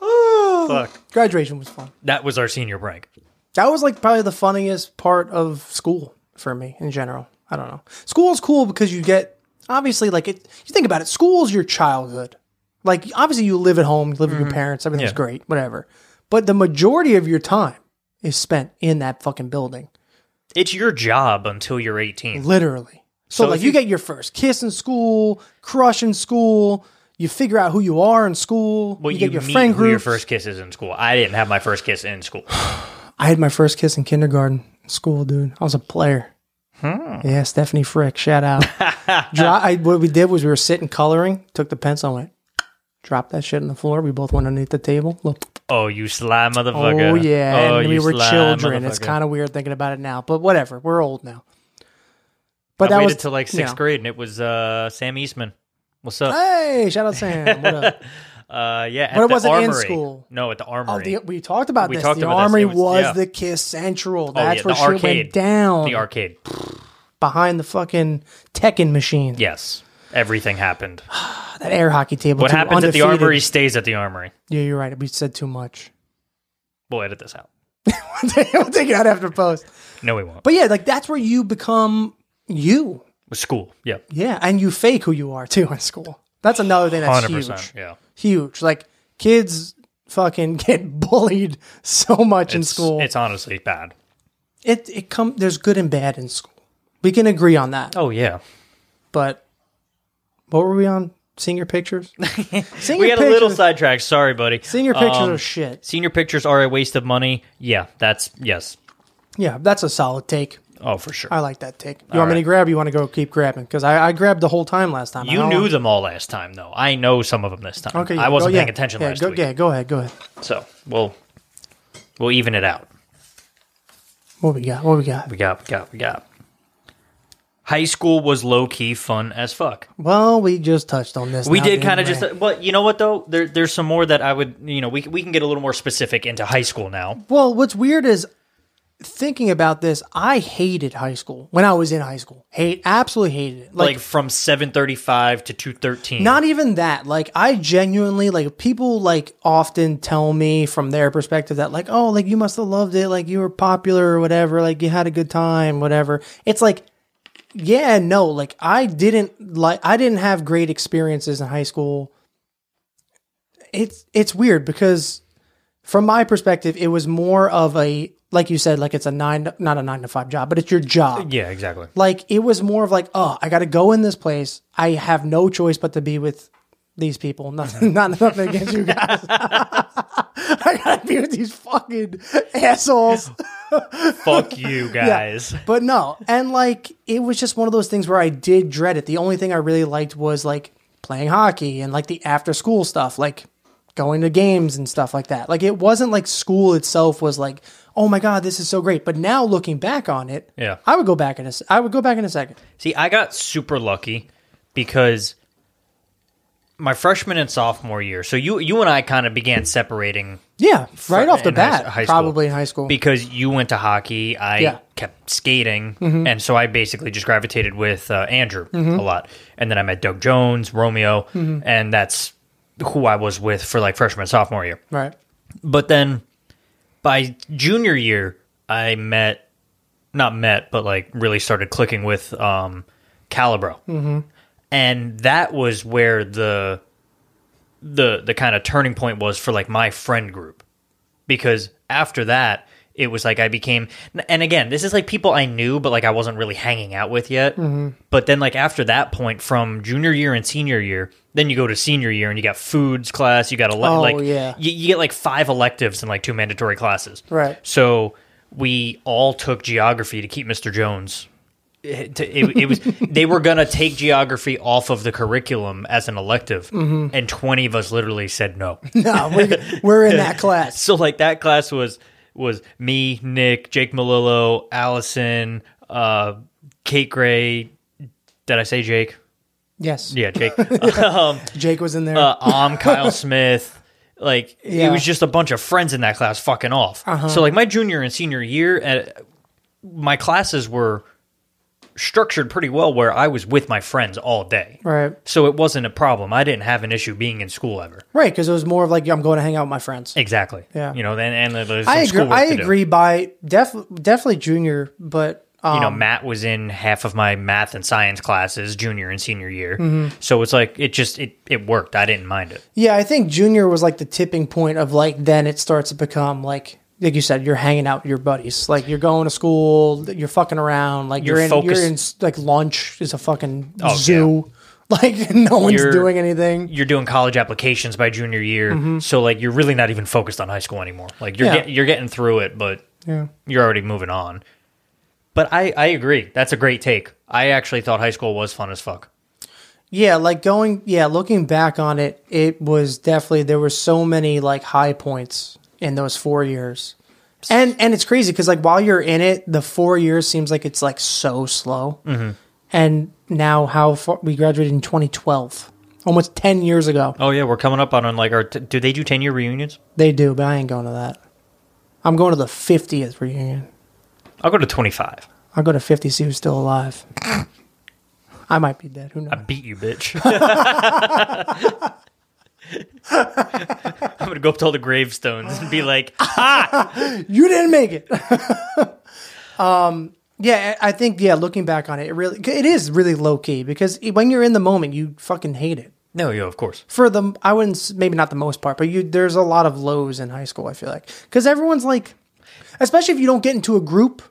Speaker 2: Oh.
Speaker 1: Fuck.
Speaker 2: Graduation was fun.
Speaker 1: That was our senior prank.
Speaker 2: That was like probably the funniest part of school for me in general. I don't know. School's cool because you get obviously like it you think about it, school's your childhood. Like obviously you live at home, you live with your parents, everything's
Speaker 1: Mm-hmm. Yeah.
Speaker 2: great, whatever. But the majority of your time is spent in that fucking building.
Speaker 1: It's your job until you're 18.
Speaker 2: Literally. So,
Speaker 1: So
Speaker 2: like
Speaker 1: if
Speaker 2: you,
Speaker 1: you-
Speaker 2: get your first kiss in school, crush in school, you figure out who you are in school,
Speaker 1: Well,
Speaker 2: you,
Speaker 1: you,
Speaker 2: get your
Speaker 1: meet
Speaker 2: friend
Speaker 1: who
Speaker 2: group.
Speaker 1: your first kiss is in school. I didn't have my first kiss in school.
Speaker 2: I had my first kiss in kindergarten in school, dude. I was a player.
Speaker 1: Hmm.
Speaker 2: Yeah, Stephanie Frick, shout out. Dro- I, what we did was we were sitting coloring, took the pencil, and went, dropped that shit on the floor. We both went underneath the table. Look,
Speaker 1: Oh, you sly motherfucker.
Speaker 2: oh yeah, and we
Speaker 1: you
Speaker 2: were
Speaker 1: sly
Speaker 2: children. It's
Speaker 1: motherfucker.
Speaker 2: kind of weird thinking about it now, but whatever. We're old now. But
Speaker 1: I
Speaker 2: that
Speaker 1: waited
Speaker 2: was
Speaker 1: till like
Speaker 2: you
Speaker 1: sixth
Speaker 2: know.
Speaker 1: grade, and it was uh, Sam Eastman. What's up?
Speaker 2: Hey, shout out Sam. What up?
Speaker 1: Uh, yeah, at
Speaker 2: But it
Speaker 1: the
Speaker 2: wasn't in
Speaker 1: armory.
Speaker 2: school.
Speaker 1: No, at the armory.
Speaker 2: Oh, the, we talked about
Speaker 1: We
Speaker 2: this.
Speaker 1: talked
Speaker 2: the
Speaker 1: about this.
Speaker 2: armory
Speaker 1: It
Speaker 2: was,
Speaker 1: was- yeah.
Speaker 2: the Kiss Central.
Speaker 1: Oh, yeah,
Speaker 2: That's
Speaker 1: the
Speaker 2: where shit
Speaker 1: arcade.
Speaker 2: went down.
Speaker 1: the arcade.
Speaker 2: behind the fucking Tekken machine.
Speaker 1: Yes, everything happened.
Speaker 2: That air hockey table.
Speaker 1: What
Speaker 2: too,
Speaker 1: happens at the
Speaker 2: undefeated.
Speaker 1: armory stays at the armory.
Speaker 2: Yeah, you're right. We said too much.
Speaker 1: We'll edit this out.
Speaker 2: we'll take it out after post.
Speaker 1: No, we won't.
Speaker 2: But yeah, like that's where you become you.
Speaker 1: school. Yeah,
Speaker 2: Yeah, and you fake who you are too in school. That's another thing that's
Speaker 1: hundred percent.
Speaker 2: huge.
Speaker 1: Yeah,
Speaker 2: Huge. Like kids fucking get bullied so much in
Speaker 1: It's-
Speaker 2: school.
Speaker 1: It's honestly bad.
Speaker 2: it it come there's good and bad in school. We can agree on that.
Speaker 1: Oh yeah,
Speaker 2: But what were we on? Senior pictures? Senior
Speaker 1: we got a little
Speaker 2: pictures-
Speaker 1: sidetracked. Sorry, buddy.
Speaker 2: Senior pictures
Speaker 1: Um,
Speaker 2: are shit.
Speaker 1: senior pictures are a waste of money. Yeah, that's yes.
Speaker 2: Yeah, that's a solid take.
Speaker 1: Oh, for sure.
Speaker 2: I like that take. You want me to grab? You want to go keep grabbing? Because I, I grabbed the whole time last time. I
Speaker 1: you
Speaker 2: don't
Speaker 1: knew
Speaker 2: want-
Speaker 1: them all last time, though. I know some of them this time.
Speaker 2: Okay, yeah,
Speaker 1: I
Speaker 2: go-
Speaker 1: wasn't
Speaker 2: yeah,
Speaker 1: paying attention
Speaker 2: yeah,
Speaker 1: last
Speaker 2: go,
Speaker 1: week,
Speaker 2: Yeah, go ahead, go ahead.
Speaker 1: so we'll we'll even it out.
Speaker 2: What we got? What we got?
Speaker 1: We got, we got, we got. High school was low key fun as fuck.
Speaker 2: Well, we just touched on this.
Speaker 1: We
Speaker 2: now,
Speaker 1: did
Speaker 2: didn't
Speaker 1: kind of
Speaker 2: we?
Speaker 1: just, but you know what though? There, there's some more that I would, you know, we we can get a little more specific into high school now.
Speaker 2: Well, what's weird is thinking about this. I hated high school when I was in high school. Hate, absolutely hated it.
Speaker 1: Like, from 7:35 to 2:13.
Speaker 2: Not even that. Like I genuinely like people like often tell me from their perspective that like, oh, like you must have loved it, like you were popular or whatever, like you had a good time, whatever. It's like yeah and no like i didn't like i didn't have great experiences in high school it's it's weird because from my perspective it was more of a like you said like it's a nine not a nine to five job but it's your job
Speaker 1: Yeah, exactly.
Speaker 2: like it was more of like oh i gotta go in this place i have no choice but to be with these people nothing not nothing against you guys i gotta be with these fucking assholes
Speaker 1: Fuck you guys.
Speaker 2: but no, and like it was just one of those things where I did dread it. The only thing I really liked was like playing hockey and like the after school stuff, like going to games and stuff like that. Like it wasn't like school itself was like, oh my god, this is so great. But now looking back on it,
Speaker 1: Yeah.
Speaker 2: I would go back in a, s- I would go back in a second.
Speaker 1: See, I got super lucky because my freshman and sophomore year. So you you and I kind of began separating
Speaker 2: Yeah, right off the
Speaker 1: in high-
Speaker 2: bat,
Speaker 1: high school.
Speaker 2: probably in high school.
Speaker 1: because you went to hockey. I
Speaker 2: Yeah.
Speaker 1: kept skating, and so I basically just gravitated with uh, Andrew a lot. And then I met Doug Jones, Romeo, and that's who I was with for like freshman and sophomore year.
Speaker 2: right,
Speaker 1: But then by junior year, I met, not met, but like really started clicking with um, Calibro, mm-hmm. and that was where the the the kind of turning point was for like my friend group, because after that it was like I became, and again, this is like people I knew, but like I wasn't really hanging out with yet.
Speaker 2: Mm-hmm.
Speaker 1: But then like after that point, from junior year and senior year, then you go to senior year and you got foods class, you got a lot
Speaker 2: Oh,
Speaker 1: like
Speaker 2: yeah.
Speaker 1: you, you get like five electives and like two mandatory classes.
Speaker 2: Right.
Speaker 1: So we all took geography to keep Mr. Jones. It, to- it- it was they were gonna take geography off of the curriculum as an elective, and twenty of us literally said no.
Speaker 2: no, we're, we're in that class.
Speaker 1: so like that class was was me, Nick, Jake Malillo, Allison, uh, Kate Gray. Did I say Jake?
Speaker 2: Yes,
Speaker 1: Yeah, Jake.
Speaker 2: Jake was in there.
Speaker 1: uh, um, Kyle Smith. Like
Speaker 2: Yeah. Uh-huh.
Speaker 1: it was just a bunch of friends in that class fucking off. So like my junior and senior year, uh, my classes were structured pretty well where I was with my friends all day.
Speaker 2: right,
Speaker 1: So it wasn't a problem. I didn't have an issue being in school ever.
Speaker 2: right, because it was more of like I'm going to hang out with my friends.
Speaker 1: Exactly.
Speaker 2: Yeah.
Speaker 1: You know, and, and there was some
Speaker 2: I agree.
Speaker 1: schoolwork
Speaker 2: I
Speaker 1: to do.
Speaker 2: agree. By def, definitely junior, but um,
Speaker 1: you know, Matt was in half of my math and science classes junior and senior year.
Speaker 2: Mm-hmm.
Speaker 1: So it's like it just it it worked. I didn't mind it.
Speaker 2: Yeah, I think junior was like the tipping point of like then it starts to become like like you said, you're hanging out with your buddies, like you're going to school, you're fucking around, like you're,
Speaker 1: You're
Speaker 2: in
Speaker 1: focused-
Speaker 2: you're in s- like lunch is a fucking
Speaker 1: Oh,
Speaker 2: zoo, like no one's
Speaker 1: You're-
Speaker 2: doing anything.
Speaker 1: you're doing college applications by junior year, so like you're really not even focused on high school anymore. Like you're
Speaker 2: Mm-hmm. Yeah.
Speaker 1: get, you're getting through it, but
Speaker 2: Yeah,
Speaker 1: you're already moving on. But I I agree. That's a great take. I actually thought high school was fun as fuck.
Speaker 2: yeah, like going, yeah, looking back on it, it was definitely there were so many like high points in those four years. And and it's crazy because like while you're in it, the four years seems like it's like so slow. And now how far we graduated in 2012, almost 10 years ago.
Speaker 1: Oh yeah, we're coming up on on, like our t- do they do ten year reunions?
Speaker 2: They do, but I ain't going to that. I'm going to the 50th reunion.
Speaker 1: I'll go to twenty five.
Speaker 2: I'll go to 50 see who's still alive. I might be dead. Who knows?
Speaker 1: Beat you, bitch. I'm gonna go up to all the gravestones and be like,
Speaker 2: you didn't make it. um, yeah, I I think yeah. Looking back on it, it really it is really low key because when you're in the moment, you fucking hate it.
Speaker 1: "No, yo, of course."
Speaker 2: For the I wouldn't s- maybe not the most part, but you there's a lot of lows in high school. I feel like because everyone's like, especially if you don't get into a group.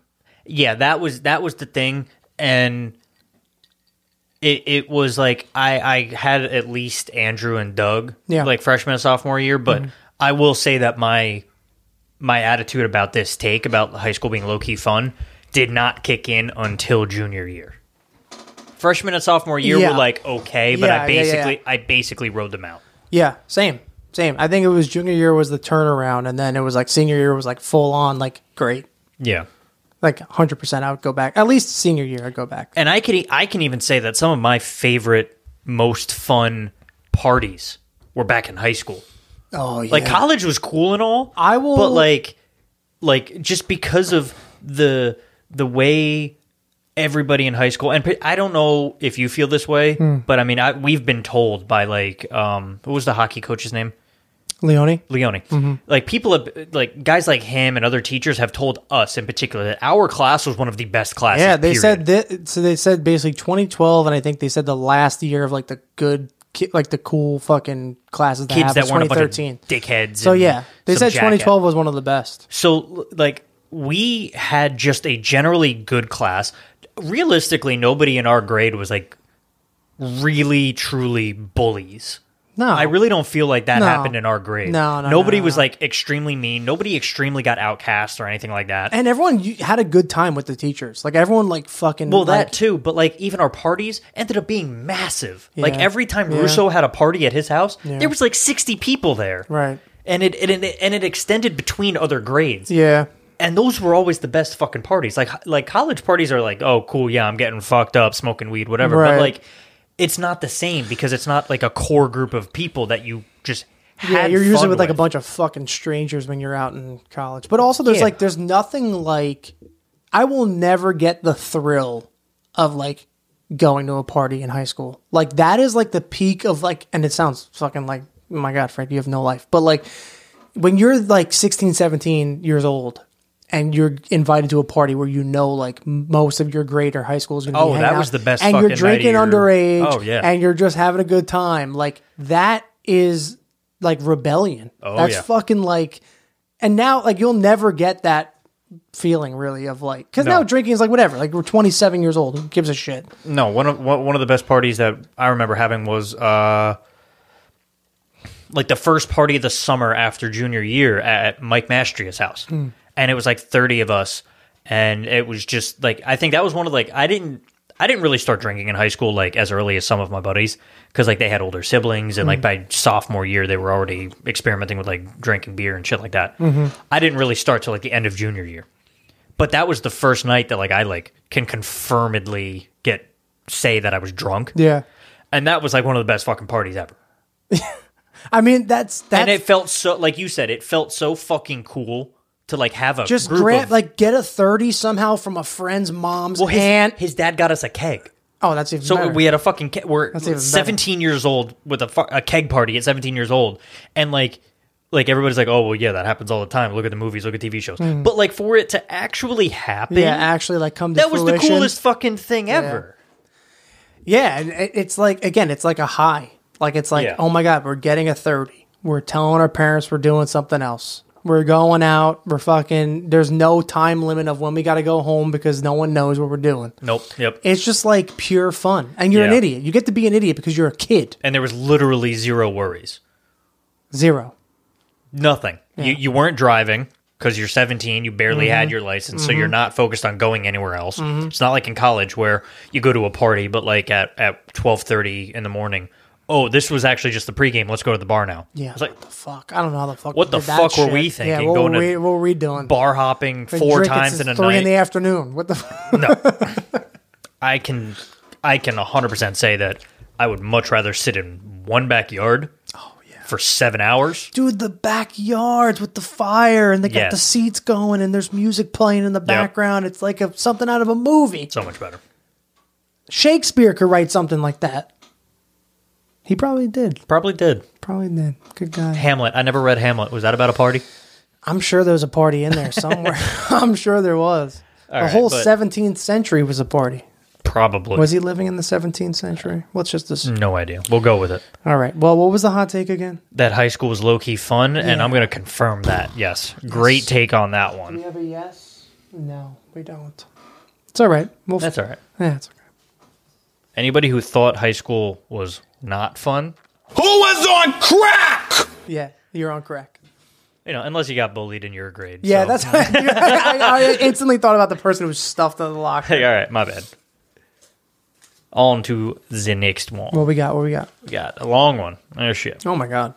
Speaker 1: yeah that was that was the thing and it it was like i i had at least andrew and doug
Speaker 2: Yeah. Mm-hmm.
Speaker 1: like freshman and sophomore year but i will say that my my attitude about this take about high school being low-key fun did not kick in until junior year freshman and sophomore year
Speaker 2: Yeah.
Speaker 1: were like okay but
Speaker 2: Yeah,
Speaker 1: i
Speaker 2: yeah, yeah, yeah.
Speaker 1: basically i basically rode them out
Speaker 2: Yeah, same, same. I think it was junior year was the turnaround, and then it was like senior year was like full on like great,
Speaker 1: yeah
Speaker 2: like hundred percent. I would go back at least senior year. I'd go back.
Speaker 1: and I can e, I can even say that some of my favorite, most fun parties were back in high school.
Speaker 2: Oh yeah,
Speaker 1: Like college was cool and all.
Speaker 2: I will-
Speaker 1: but like, like just because of the the way everybody in high school and p- I don't know if you
Speaker 2: Hmm.
Speaker 1: feel this way, but I mean, I, we've been told by like, um, what was the hockey coach's name?
Speaker 2: Leone.
Speaker 1: Leone.
Speaker 2: Mm-hmm.
Speaker 1: Like people have, like guys like him and other teachers have told us in particular that our class was one of the best classes.
Speaker 2: Yeah, they
Speaker 1: period.
Speaker 2: said that. So they said basically 2012, and I think they said the last year of like the good, ki- like the cool fucking classes that
Speaker 1: kids
Speaker 2: happened
Speaker 1: that
Speaker 2: was
Speaker 1: weren't a bunch
Speaker 2: 2013.
Speaker 1: of dickheads.
Speaker 2: so
Speaker 1: and
Speaker 2: yeah, they
Speaker 1: some
Speaker 2: said
Speaker 1: jackass.
Speaker 2: 2012 was one of the best.
Speaker 1: So like we had just a generally good class. Realistically, nobody in our grade was like really truly bullies.
Speaker 2: No,
Speaker 1: I really don't feel like that
Speaker 2: No.
Speaker 1: happened in our grade.
Speaker 2: No, no,
Speaker 1: Nobody
Speaker 2: no,
Speaker 1: was
Speaker 2: no.
Speaker 1: like extremely mean. Nobody extremely got outcast or anything like that.
Speaker 2: and everyone you- had a good time with the teachers. Like everyone like fucking.
Speaker 1: Well,
Speaker 2: like,
Speaker 1: that too, but like even our parties ended up being massive. Like
Speaker 2: Yeah.
Speaker 1: every time
Speaker 2: Yeah.
Speaker 1: Russo had a party at his house,
Speaker 2: Yeah.
Speaker 1: there was like sixty people there,
Speaker 2: Right.
Speaker 1: And it, it, it and it extended between other grades,
Speaker 2: Yeah.
Speaker 1: and those were always the best fucking parties. Like like college parties are like, oh cool, yeah, I'm getting fucked up, smoking weed, whatever.
Speaker 2: Right.
Speaker 1: But like, it's not the same because it's not like a core group of people that you just had
Speaker 2: Yeah, you're usually
Speaker 1: fun
Speaker 2: with like a bunch of fucking strangers when you're out in college. But also, there's
Speaker 1: Yeah.
Speaker 2: like, there's nothing like, I will never get the thrill of like going to a party in high school. Like, that is like the peak of like, and it sounds fucking like, oh my God, Frank, you have no life. But like, when you're like 16, 17 years old and you're invited to a party where you know like m- most of your grade or high school is going to
Speaker 1: Oh,
Speaker 2: be hanging
Speaker 1: that
Speaker 2: out,
Speaker 1: was the best
Speaker 2: and
Speaker 1: fucking
Speaker 2: you're
Speaker 1: night of
Speaker 2: drinking
Speaker 1: your-
Speaker 2: underage
Speaker 1: Oh, yeah.
Speaker 2: and you're just having a good time. Like that is like rebellion.
Speaker 1: Oh,
Speaker 2: That's
Speaker 1: yeah.
Speaker 2: fucking like, and now like you'll never get that feeling really of like because
Speaker 1: No.
Speaker 2: now drinking is like whatever. Like we're 27 years old. Who gives a shit?
Speaker 1: No, one of one one of the best parties that I remember having was uh, like the first party of the summer after junior year at Mike Mastria's house, and it was like thirty of us, and it was just like I think that was one of like I didn't I didn't really start drinking in high school like as early as some of my buddies because like they had older siblings and like by sophomore year they were already experimenting with like drinking beer and shit like that. I didn't really start till like the end of junior year but that was the first night that like I like can confirmedly get say that I was drunk.
Speaker 2: Yeah.
Speaker 1: And that was like one of the best fucking parties ever.
Speaker 2: I mean that's that's
Speaker 1: and it felt so like you said, it felt so fucking cool to like have a
Speaker 2: just
Speaker 1: group
Speaker 2: grab
Speaker 1: of,
Speaker 2: like get a 30 somehow from a friend's mom's
Speaker 1: well, his,
Speaker 2: aunt.
Speaker 1: his dad got us a keg.
Speaker 2: oh, that's even
Speaker 1: So
Speaker 2: better.
Speaker 1: we had a fucking ke- we're
Speaker 2: even better.
Speaker 1: 17 years old with a, fu- a keg party at 17 years old and like like everybody's like oh well yeah that happens all the time look at the movies look at TV shows but like for it to actually happen
Speaker 2: Hmm. yeah actually like come to
Speaker 1: that was the
Speaker 2: fruition.
Speaker 1: coolest fucking thing ever
Speaker 2: Yeah, and it- it's like again, it's like a high. Like it's like,
Speaker 1: Yeah.
Speaker 2: oh my god, we're getting a thirty. We're telling our parents we're doing something else. We're going out. We're fucking. There's no time limit of when we got to go home because no one knows what we're doing.
Speaker 1: nope yep
Speaker 2: It's just like pure fun, and you're an
Speaker 1: Yeah.
Speaker 2: idiot. You get to be an idiot because you're a kid.
Speaker 1: and there was literally zero worries.
Speaker 2: Zero.
Speaker 1: Nothing. You you weren't driving because you're 17. You barely
Speaker 2: Mm-hmm.
Speaker 1: had your license, so you're not focused on going anywhere else. It's not like in college where you go to a party, but like at at 12:30 in the morning. Oh, this was actually just the pregame. Let's go to the bar now.
Speaker 2: Yeah.
Speaker 1: it's like
Speaker 2: what the fuck? I don't know how the fuck.
Speaker 1: what
Speaker 2: we
Speaker 1: the
Speaker 2: did that
Speaker 1: fuck were
Speaker 2: shit.
Speaker 1: we thinking?
Speaker 2: Yeah, what,
Speaker 1: Going
Speaker 2: were
Speaker 1: to
Speaker 2: we, what were we doing?
Speaker 1: bar hopping
Speaker 2: Been
Speaker 1: four
Speaker 2: drinking
Speaker 1: times
Speaker 2: since
Speaker 1: in a
Speaker 2: three
Speaker 1: night.
Speaker 2: in the afternoon. What the? fuck?
Speaker 1: I can I can 100% say that I would much rather sit in one backyard.
Speaker 2: Oh,
Speaker 1: For seven hours,
Speaker 2: dude, the backyards with the fire and they got
Speaker 1: Yes.
Speaker 2: the seats going and there's music playing in the background. It's like a, something out of a movie.
Speaker 1: so much better.
Speaker 2: Shakespeare could write something like that. He probably did.
Speaker 1: Probably did
Speaker 2: Probably did. Good guy.
Speaker 1: Hamlet. I never read Hamlet. Was that about a party?
Speaker 2: I'm sure there was a party in there somewhere. I'm sure there was. the
Speaker 1: right,
Speaker 2: whole
Speaker 1: but-
Speaker 2: 17th century was a party.
Speaker 1: Probably.
Speaker 2: Was he living in the 17th century? Let's just assume.
Speaker 1: No idea. We'll go with it.
Speaker 2: All right. Well, what was the hot take again?
Speaker 1: That high school was low key fun, and I'm going to confirm that. Yes. Great take on that one.
Speaker 2: have a yes? No, we don't. It's all right. We'll
Speaker 1: That's all right.
Speaker 2: Yeah, it's okay.
Speaker 1: Anybody who thought high school was not fun,
Speaker 4: Who was on crack?
Speaker 2: Yeah, you're on crack.
Speaker 1: you know, unless you got bullied in your grade.
Speaker 2: Yeah,
Speaker 1: so-
Speaker 2: that's what I, I instantly thought about the person who was stuffed in the locker.
Speaker 1: Hey, all right. My bad. On to the next one.
Speaker 2: What we got? What we got?
Speaker 1: we got a long one. Oh, shit.
Speaker 2: Oh my god!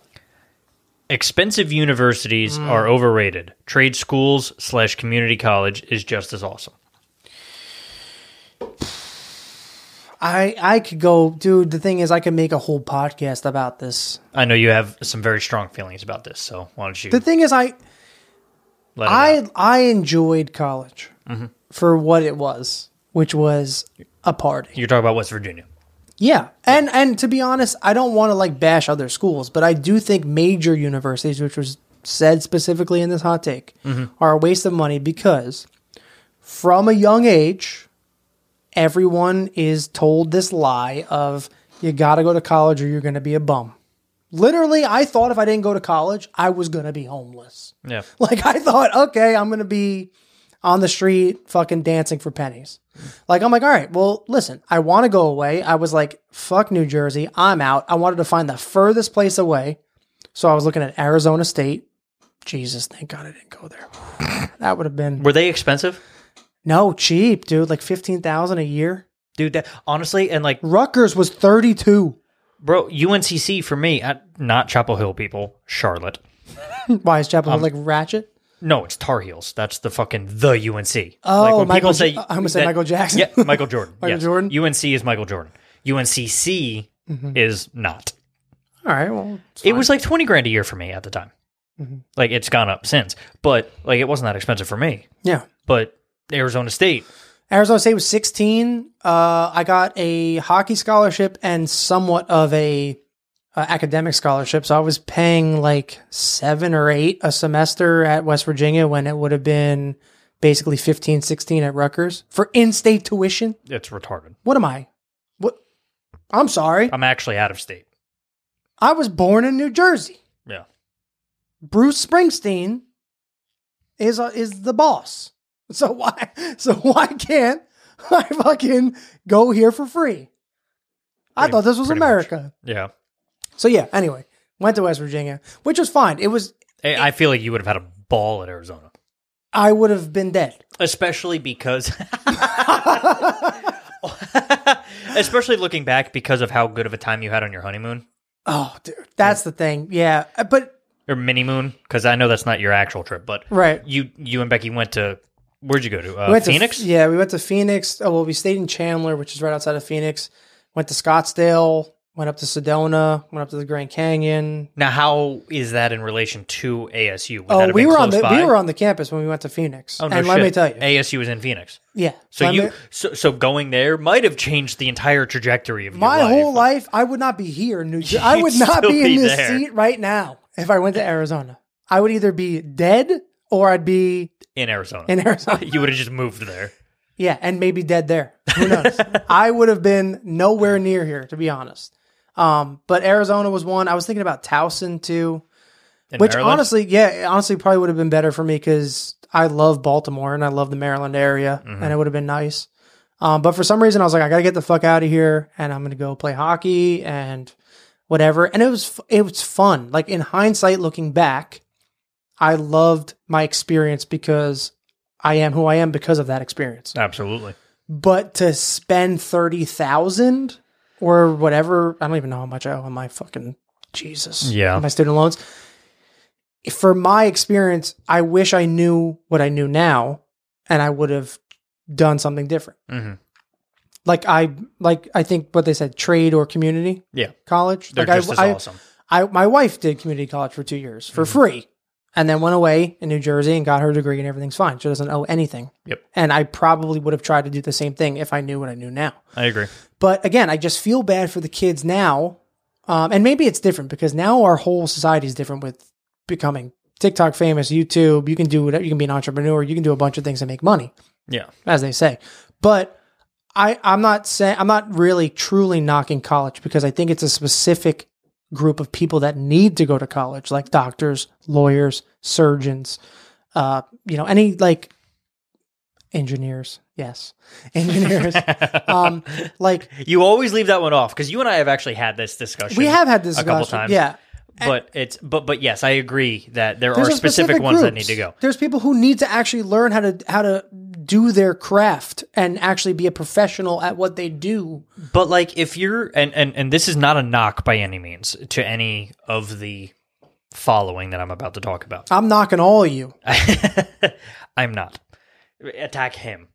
Speaker 1: Expensive universities are overrated. Trade schools slash community college is just as awesome.
Speaker 2: I I could go, dude. The thing is, I could make a whole podcast about this.
Speaker 1: I know you have some very strong feelings about this, so why don't you
Speaker 2: The thing is, I
Speaker 1: let it out?
Speaker 2: I I enjoyed college
Speaker 1: Mm-hmm.
Speaker 2: for what it was, which was a party.
Speaker 1: You're talking about West Virginia.
Speaker 2: Yeah. And and to be honest, I don't want to like bash other schools, but I do think major universities, which was said specifically in this hot take, are a waste of money because from a young age, everyone is told this lie of you got to go to college or you're going to be a bum. Literally, I thought if I didn't go to college, I was going to be homeless.
Speaker 1: Yeah.
Speaker 2: Like I thought, okay, I'm gonna be on the street fucking dancing for pennies. Like I'm like, all right, well, listen, I want to go away. I was like, fuck New Jersey, I'm out. I wanted to find the furthest place away, so I was looking at Arizona State. Jesus, thank God I didn't go there. that would have been
Speaker 1: Were they expensive?
Speaker 2: no cheap, dude. Like fifteen thousand a year.
Speaker 1: Dude, that, honestly, and like,
Speaker 2: Rutgers was thirty two.
Speaker 1: bro, UNCC for me, uh not Chapel Hill people, Charlotte.
Speaker 2: Why is Chapel Hill like Ratchet?
Speaker 1: No, it's Tar Heels. That's the fucking the UNC.
Speaker 2: Oh,
Speaker 1: like when
Speaker 2: Michael
Speaker 1: people say
Speaker 2: J- I'm gonna say Michael Jackson.
Speaker 1: Yeah, Michael Jordan.
Speaker 2: Michael
Speaker 1: yes.
Speaker 2: Jordan?
Speaker 1: UNC is Michael Jordan. UNCC is not.
Speaker 2: All right, well, it's Mm-hmm.
Speaker 1: It was like twenty grand a year for me at the time. Like it's gone up since, but like it wasn't that expensive for me.
Speaker 2: yeah.
Speaker 1: But Arizona State,
Speaker 2: Arizona State was 16. Uh, I got a hockey scholarship and somewhat of a uh, academic scholarship, so I was paying like seven or eight a semester at West Virginia when it would have been basically 15, 16 at Rutgers for in-state tuition.
Speaker 1: it's retarded.
Speaker 2: What am I? What? I'm sorry.
Speaker 1: I'm actually out of state.
Speaker 2: I was born in New Jersey.
Speaker 1: Yeah.
Speaker 2: Bruce Springsteen is uh, is the boss. So why so why can't I fucking go here for free? I
Speaker 1: Pretty-
Speaker 2: thought this was
Speaker 1: pretty much.
Speaker 2: America.
Speaker 1: Yeah.
Speaker 2: So yeah, anyway, went to West Virginia, which was fine. It was
Speaker 1: Hey, I feel like you would have had a ball at Arizona.
Speaker 2: I would have been dead.
Speaker 1: especially because especially looking back because of how good of a time you had on your honeymoon
Speaker 2: Oh, dude. That's the thing. Yeah. uh, But
Speaker 1: or mini moon because i know that's not your actual trip but
Speaker 2: Right.
Speaker 1: you you and becky went to where'd you go to uh,
Speaker 2: We went to-
Speaker 1: phoenix
Speaker 2: yeah, we went to Phoenix. Oh, well, we stayed in Chandler, which is right outside of Phoenix. Went to Scottsdale, went up to Sedona, went up to the Grand Canyon,
Speaker 1: now how is that in relation to asu Would that
Speaker 2: Oh,
Speaker 1: have
Speaker 2: we
Speaker 1: been
Speaker 2: were on
Speaker 1: close
Speaker 2: the
Speaker 1: by?
Speaker 2: we were on the campus when we went to Phoenix.
Speaker 1: oh, no
Speaker 2: and let me
Speaker 1: shit.
Speaker 2: tell you,
Speaker 1: asu was in phoenix
Speaker 2: yeah.
Speaker 1: so
Speaker 2: let
Speaker 1: you
Speaker 2: me-
Speaker 1: so, so going there might have changed the entire trajectory of your
Speaker 2: my
Speaker 1: life.
Speaker 2: whole life, I would not be here in New Jersey. I
Speaker 1: You'd
Speaker 2: would not
Speaker 1: still
Speaker 2: be in
Speaker 1: be
Speaker 2: this
Speaker 1: there.
Speaker 2: seat right now if I went to Arizona. I would either be dead or I'd be
Speaker 1: in arizona
Speaker 2: in Arizona.
Speaker 1: you would have just moved there
Speaker 2: Yeah, and maybe dead there. Who knows? I would have been nowhere near here, to be honest. Um, but Arizona was one. I was thinking about Towson too.
Speaker 1: in
Speaker 2: Which
Speaker 1: Maryland?
Speaker 2: honestly, yeah, honestly, probably would have been better for me because I love Baltimore and I love the Maryland area, and it would have been nice. Um, but for some reason, I was like, I gotta get the fuck out of here, and I'm gonna go play hockey and whatever. And it was f- it was fun. Like in hindsight, looking back, I loved my experience because I am who I am because of that experience.
Speaker 1: absolutely
Speaker 2: But to spend thirty thousand or whatever, I don't even know how much I owe on my fucking Jesus.
Speaker 1: Yeah.
Speaker 2: on my student loans. For my experience, I wish I knew what I knew now, and I would have done something different.
Speaker 1: Mhm.
Speaker 2: Like I like I think what they said, trade or community
Speaker 1: yeah
Speaker 2: college.
Speaker 1: they're
Speaker 2: like
Speaker 1: just
Speaker 2: I,
Speaker 1: as
Speaker 2: I-
Speaker 1: awesome Mm-hmm.
Speaker 2: I my wife did community college for two years for free, and then went away in New Jersey and got her degree, and everything's fine. She doesn't owe anything.
Speaker 1: Yep.
Speaker 2: And I probably would have tried to do the same thing if I knew what I knew now.
Speaker 1: i agree
Speaker 2: But again, I just feel bad for the kids now, um, and maybe it's different because now our whole society is different with becoming TikTok famous, YouTube. You can do whatever. You can be an entrepreneur. You can do a bunch of things and make money
Speaker 1: yeah
Speaker 2: as they say. But I, I'm not saying I'm not really truly knocking college because I think it's a specific group of people that need to go to college, like doctors, lawyers, surgeons, uh, you know, any like engineers. Yes, engineers. um, like
Speaker 1: Uh, You always leave that one off because you and I have actually had this discussion.
Speaker 2: we have had this
Speaker 1: a couple
Speaker 2: discussion.
Speaker 1: times.
Speaker 2: Yeah,
Speaker 1: but it's but but yes, I agree that there
Speaker 2: There's
Speaker 1: are
Speaker 2: a
Speaker 1: specific, ones that need
Speaker 2: groups.
Speaker 1: to go.
Speaker 2: There's people who need to actually learn how to how to do their craft and actually be a professional at what they do.
Speaker 1: But like if you're and and and this is not a knock by any means to any of the following that I'm about to talk about.
Speaker 2: I'm knocking all of you.
Speaker 1: I'm not attack him.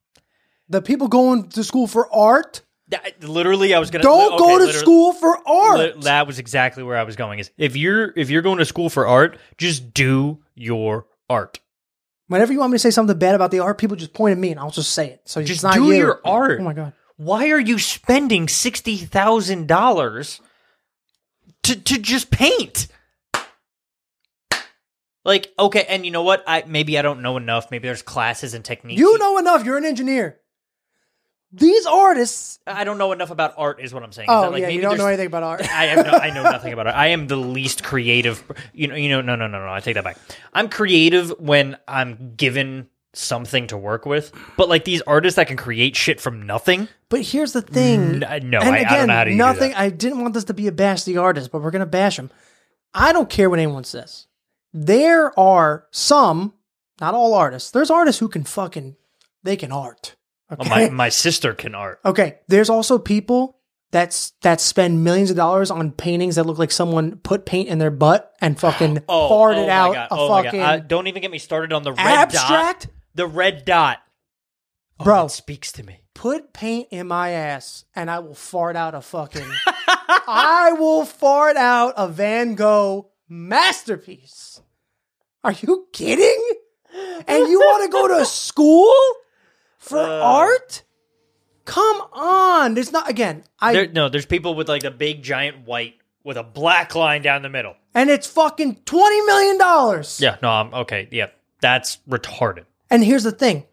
Speaker 2: The people going to school for art
Speaker 1: That- literally, I was gonna
Speaker 2: don't
Speaker 1: okay,
Speaker 2: go to
Speaker 1: literally-
Speaker 2: school for art.
Speaker 1: li- that was exactly where I was going. Is if you're if you're going to school for art, just do your art.
Speaker 2: Whenever you want me to say something bad about the art, people just point at me and I'll just say it. So
Speaker 1: Just
Speaker 2: it's not
Speaker 1: do
Speaker 2: you.
Speaker 1: your art.
Speaker 2: Oh my god.
Speaker 1: why are you spending sixty thousand dollars to to just paint? Like, okay, and you know what? I maybe I don't know enough. Maybe there's classes and techniques.
Speaker 2: You know enough. You're an engineer. These artists.
Speaker 1: I don't know enough about art, is what I'm saying. Is
Speaker 2: Oh
Speaker 1: that, like,
Speaker 2: yeah,
Speaker 1: maybe
Speaker 2: you don't know
Speaker 1: there's-
Speaker 2: anything about art.
Speaker 1: I have no, I know nothing about it. I am the least creative. You know, you know, no, no, no, no. I take that back. I'm creative when I'm given something to work with, but like these artists that can create shit from nothing.
Speaker 2: But here's the thing.
Speaker 1: N- no, I- I don't know how to do
Speaker 2: nothing.
Speaker 1: that.
Speaker 2: I didn't want this to be a bash the artist, but we're gonna bash him. I don't care what anyone says. There are some, not all artists. There's artists who can fucking they can art. Okay.
Speaker 1: Oh My my sister can art.
Speaker 2: okay. There's also people that's that spend millions of dollars on paintings that look like someone put paint in their butt and fucking
Speaker 1: Oh,
Speaker 2: farted
Speaker 1: oh my
Speaker 2: out
Speaker 1: God,
Speaker 2: a
Speaker 1: oh my God.
Speaker 2: fucking
Speaker 1: I- don't even get me started on the red dot.
Speaker 2: abstract.
Speaker 1: The red dot,
Speaker 2: Bro,
Speaker 1: that speaks to me.
Speaker 2: put paint in my ass and I will fart out a fucking I will fart out a Van Gogh masterpiece. Are you kidding? And you want to go to school for
Speaker 1: Uh.
Speaker 2: art? Come on. There's not again. I
Speaker 1: There, no, there's people with like a big giant white with a black line down the middle.
Speaker 2: and it's fucking 20 million dollars.
Speaker 1: Yeah, no, I'm okay. Yeah, that's retarded.
Speaker 2: And here's the thing.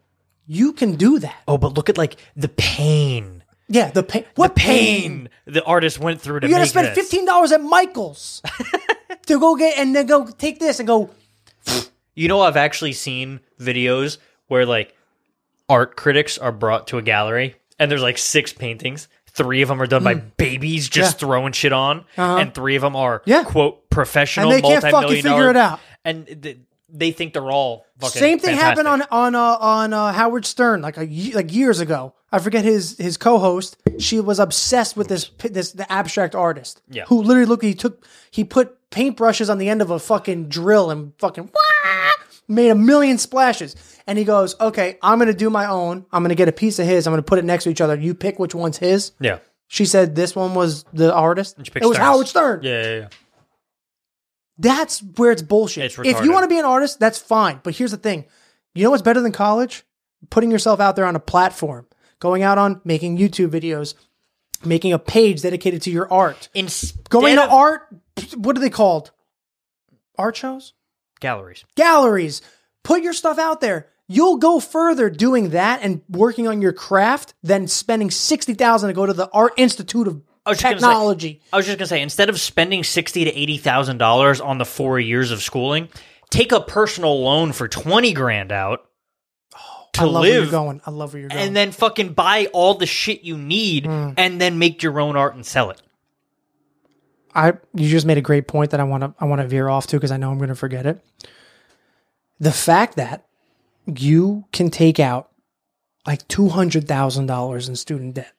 Speaker 2: You can do that.
Speaker 1: Oh, but look at like the pain.
Speaker 2: Yeah, the paint. What
Speaker 1: the pain the artist went through to
Speaker 2: You gotta
Speaker 1: make
Speaker 2: spend
Speaker 1: this.
Speaker 2: fifteen dollars at Michael's to go get and then go take this and go.
Speaker 1: You know, I've actually seen videos where like art critics are brought to a gallery, and there's like six paintings. Three of them are done by
Speaker 2: Hmm.
Speaker 1: babies just throwing shit on, and three of them are
Speaker 2: Uh-huh. Yeah.
Speaker 1: quote professional.
Speaker 2: And they can't fucking
Speaker 1: multi-million
Speaker 2: figure
Speaker 1: dollar-
Speaker 2: it out.
Speaker 1: and th- they think they're all fucking
Speaker 2: Same thing
Speaker 1: fantastic.
Speaker 2: happened on on uh, on uh, Howard Stern like a ye- like years ago. I forget his his co-host. She was obsessed with this pi- this the abstract artist
Speaker 1: Yeah.
Speaker 2: who literally looked. He took he put paintbrushes on the end of a fucking drill and fucking wah, made a million splashes. And he goes, "Okay, I'm gonna do my own. I'm gonna get a piece of his. I'm gonna put it next to each other. You pick which one's his."
Speaker 1: yeah.
Speaker 2: She said this one was the artist. It
Speaker 1: pick
Speaker 2: was
Speaker 1: Stern's.
Speaker 2: Howard Stern.
Speaker 1: yeah, yeah, yeah.
Speaker 2: That's where it's bullshit.
Speaker 1: It's
Speaker 2: if you
Speaker 1: retarded.
Speaker 2: want to be an artist, that's fine. But here's the thing you know what's better than college? Putting yourself out there on a platform, going out on making YouTube videos, making a page dedicated to your art,
Speaker 1: Instead
Speaker 2: going to
Speaker 1: of
Speaker 2: art, what are they called? Art shows?
Speaker 1: galleries.
Speaker 2: galleries. Put your stuff out there. You'll go further doing that and working on your craft than spending sixty thousand to go to the Art Institute of
Speaker 1: was just gonna say-
Speaker 2: Technology.
Speaker 1: I was just gonna say, instead of spending sixty to eighty thousand dollars on the four years of schooling, take a personal loan for twenty grand out to
Speaker 2: Oh, I love where you're
Speaker 1: live,
Speaker 2: going. I love where you're going.
Speaker 1: and then fucking buy all the shit you need, and then make your own art and sell it.
Speaker 2: I you just made a great point that I want to I want to veer off to because I know I'm going to forget it. The fact that you can take out like two hundred thousand dollars in student debt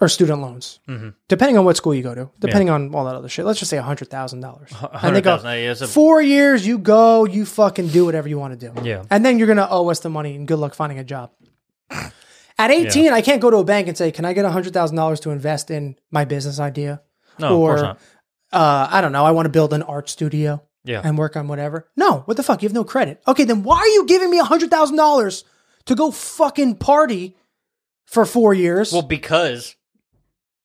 Speaker 2: or student loans,
Speaker 1: Mm-hmm.
Speaker 2: depending on what school you go to, depending on all that other shit. Let's just say hundred thousand dollars. And they go
Speaker 1: $100,000, yeah, it's a-
Speaker 2: four years. You go, you fucking do whatever you want to do.
Speaker 1: Yeah.
Speaker 2: and then you're gonna owe us the money and good luck finding a job. At 18, I can't go to a bank and say, "Can I get $100,000 to invest in my business idea?"
Speaker 1: No,
Speaker 2: or
Speaker 1: Oh, of course not.
Speaker 2: uh, I don't know, I want to build an art studio
Speaker 1: Yeah.
Speaker 2: and work on whatever. No, what the fuck? You have no credit. Okay, then why are you giving me $100,000 to go fucking party for four years?
Speaker 1: Well, because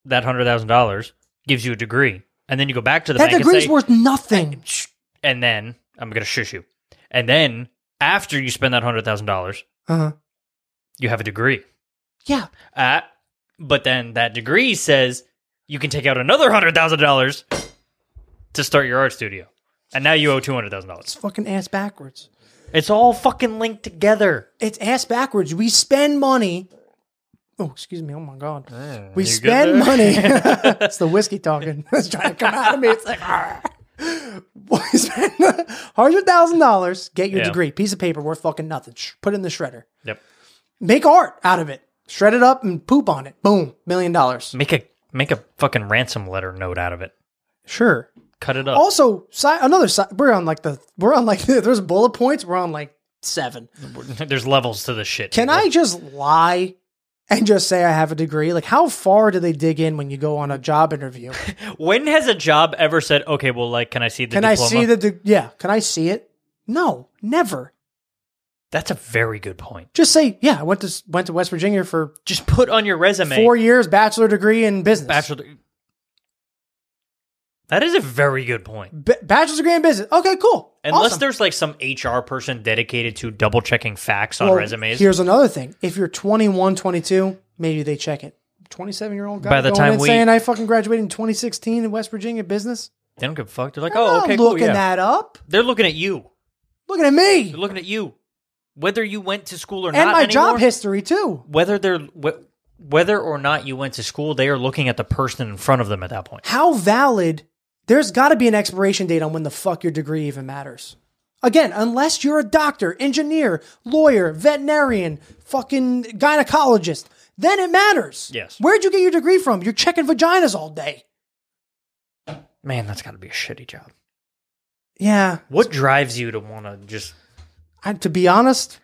Speaker 1: that hundred thousand dollars gives you a degree, and then you go back to the
Speaker 2: that
Speaker 1: bank
Speaker 2: degree's
Speaker 1: and say,
Speaker 2: worth nothing.
Speaker 1: "Shh," and then I'm gonna shush you, and then after you spend that hundred thousand dollars,
Speaker 2: Uh-huh.
Speaker 1: you have a degree.
Speaker 2: Yeah.
Speaker 1: Uh, but then that degree says you can take out another hundred thousand dollars to start your art studio, and now you owe two hundred thousand dollars.
Speaker 2: It's fucking ass backwards.
Speaker 1: It's all fucking linked together.
Speaker 2: It's ass backwards. We spend money. Oh, excuse me. Oh my God. we
Speaker 1: you good
Speaker 2: spend
Speaker 1: there?
Speaker 2: money. it's the whiskey talking. It's trying to come out of me. It's like, "Arr." we spend $100,000, get your
Speaker 1: Yeah.
Speaker 2: degree, piece of paper worth fucking nothing. Sh- Put it in the shredder.
Speaker 1: Yep.
Speaker 2: Make art out of it. Shred it up and poop on it. Boom. Million dollars.
Speaker 1: Make a make a fucking ransom letter note out of it.
Speaker 2: Sure.
Speaker 1: Cut it up.
Speaker 2: Also, side, another side. We're on like the, we're on like, there's bullet points. We're on like seven.
Speaker 1: There's levels to this shit.
Speaker 2: Can I just lie and just say I have a degree? Like, how far do they dig in when you go on a job interview?
Speaker 1: When has a job ever said, "Okay, well, like, can I see the
Speaker 2: Can I
Speaker 1: diploma?"
Speaker 2: see the, de- yeah, can I see it? No, never.
Speaker 1: That's a very good point.
Speaker 2: Just say, yeah, I went to went to West Virginia for
Speaker 1: Just put on your resume
Speaker 2: four years, bachelor degree in business.
Speaker 1: bachelor. That is a very good point.
Speaker 2: B- bachelor's degree in business. Okay, cool.
Speaker 1: Unless
Speaker 2: Awesome.
Speaker 1: there's like some HR person dedicated to double checking facts on
Speaker 2: Well,
Speaker 1: resumes.
Speaker 2: Here's another thing: if you're 21, 22, maybe they check it. 27 year old guy
Speaker 1: By the
Speaker 2: going
Speaker 1: time
Speaker 2: in
Speaker 1: we-
Speaker 2: saying I fucking graduated in 2016 in West Virginia business.
Speaker 1: They don't give a fuck. They're like,
Speaker 2: I'm
Speaker 1: oh,
Speaker 2: not
Speaker 1: okay, cool.
Speaker 2: looking
Speaker 1: Yeah.
Speaker 2: that up.
Speaker 1: They're looking at you.
Speaker 2: Looking at me
Speaker 1: They're looking at you. Whether you went to school or
Speaker 2: and
Speaker 1: not.
Speaker 2: my
Speaker 1: anymore,
Speaker 2: job history too.
Speaker 1: Whether they're wh- whether or not you went to school, they are looking at the person in front of them at that point.
Speaker 2: How valid? There's got to be an expiration date on when the fuck your degree even matters. Again, unless you're a doctor, engineer, lawyer, veterinarian, fucking gynecologist, then it matters.
Speaker 1: Yes.
Speaker 2: Where'd you get your degree from? You're checking vaginas all day.
Speaker 1: Man, that's got to be a shitty job.
Speaker 2: Yeah.
Speaker 1: What drives you to want to just?
Speaker 2: I, to be honest,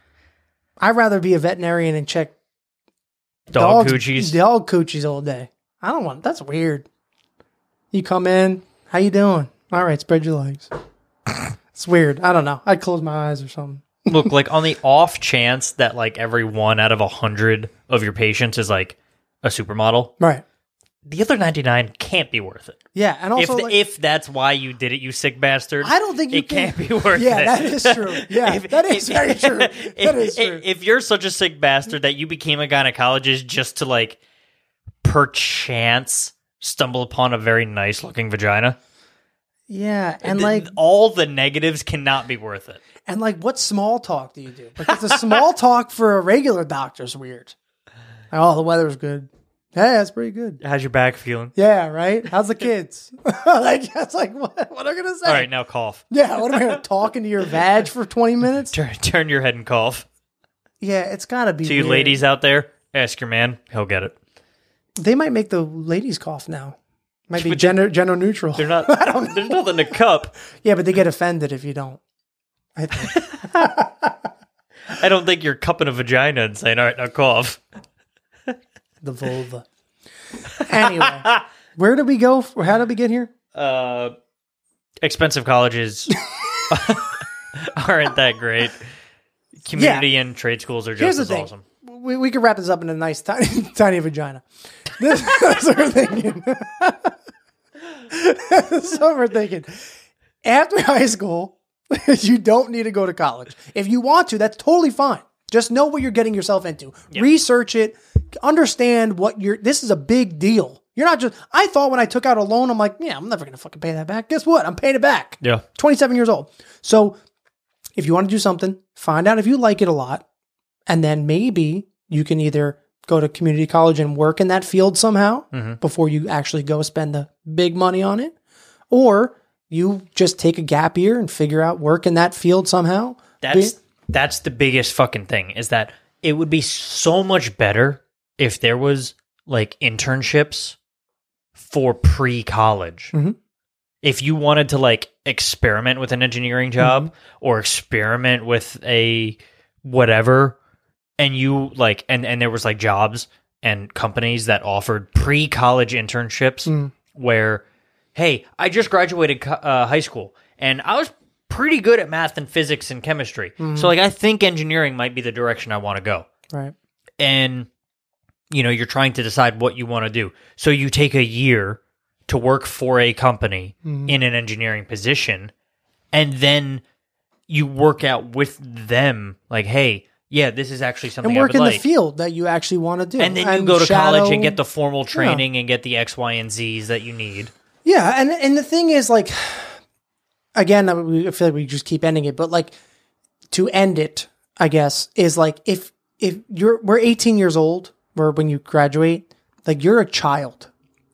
Speaker 2: I'd rather be a veterinarian and check
Speaker 1: Dog
Speaker 2: dogs-
Speaker 1: coochies.
Speaker 2: dog coochies all day. I don't want. That's weird. You come in, how you doing? All right, spread your legs. it's weird. I don't know. I'd close my eyes or something.
Speaker 1: Look, like on the off chance that like every one out of a hundred of your patients is like a supermodel,
Speaker 2: Right.
Speaker 1: the other ninety nine can't be worth it.
Speaker 2: Yeah, and
Speaker 1: If
Speaker 2: also like,
Speaker 1: if that's why you did it, you sick bastard.
Speaker 2: I don't think you
Speaker 1: it can't
Speaker 2: can-
Speaker 1: be worth
Speaker 2: Yeah,
Speaker 1: it.
Speaker 2: that is true. Yeah, that is very true. That is true.
Speaker 1: If, you're such a sick bastard that you became a gynecologist just to like perchance stumble upon a very nice looking vagina,
Speaker 2: yeah, and
Speaker 1: th-
Speaker 2: like
Speaker 1: all the negatives cannot be worth it.
Speaker 2: and like what small talk do you do? Because the small talk for a regular doctor's weird. Like, oh, the weather's good. Hey, that's pretty good.
Speaker 1: How's your back feeling?
Speaker 2: Yeah, right. How's the kids? like, that's like what, what am I gonna say?
Speaker 1: All right, now cough.
Speaker 2: Yeah, what am I gonna talk into your vag for twenty minutes?
Speaker 1: Turn turn your head and cough.
Speaker 2: Yeah, it's gotta be.
Speaker 1: To you
Speaker 2: weird.
Speaker 1: ladies out there, ask your man. He'll get it.
Speaker 2: they might make the ladies cough now. Might be
Speaker 1: But they-
Speaker 2: gender gender neutral.
Speaker 1: They're not. There's nothing to cup.
Speaker 2: Yeah, but they get offended if you don't. I think.
Speaker 1: I don't think you're cupping a vagina and saying, "All right, now cough."
Speaker 2: the vulva. Anyway, where did we go? f- How did we get here?
Speaker 1: Uh, expensive colleges aren't that great. Community and trade schools are
Speaker 2: Here's
Speaker 1: just
Speaker 2: the
Speaker 1: as
Speaker 2: thing.
Speaker 1: awesome.
Speaker 2: We, we could wrap this up in a nice tiny tiny vagina. This is what we're thinking. this is what we're thinking. After high school, you don't need to go to college. If you want to, that's totally fine. Just know what you're getting yourself into. Research it. Understand what you're. This is a big deal. You're not just. I thought when I took out a loan, I'm like, yeah, I'm never gonna fucking pay that back. Guess what? I'm paying it back.
Speaker 1: Yeah,
Speaker 2: 27 years old. So if you want to do something, find out if you like it a lot. And then maybe you can either go to community college and work in that field somehow
Speaker 1: Mm-hmm.
Speaker 2: before you actually go spend the big money on it. Or you just take a gap year and figure out work in that field somehow.
Speaker 1: that's that's the biggest fucking thing. Is that it would be so much better if there was like internships for pre-college.
Speaker 2: Mhm.
Speaker 1: If you wanted to like experiment with an engineering job or experiment with a whatever and you like and and there was like jobs and companies that offered pre-college internships where hey i just graduated co- uh, high school and i was pretty good at math and physics and chemistry
Speaker 2: Mm-hmm.
Speaker 1: so like i think engineering might be the direction i want to go
Speaker 2: Right.
Speaker 1: and you know you're trying to decide what you want to do so you take a year to work for a company
Speaker 2: Mm-hmm.
Speaker 1: in an engineering position and then you work out with them like hey yeah this is actually something
Speaker 2: And work
Speaker 1: I
Speaker 2: in
Speaker 1: would
Speaker 2: the
Speaker 1: like.
Speaker 2: field that you actually want to do.
Speaker 1: and then you go to college
Speaker 2: shadow-
Speaker 1: and get the formal training and get the x y and z's that you need
Speaker 2: Yeah, and and the thing is, like, again, I we- I feel like we just keep ending it, but like, to end it, I guess is like if if you're we're 18 years old, or when you graduate, like you're a child.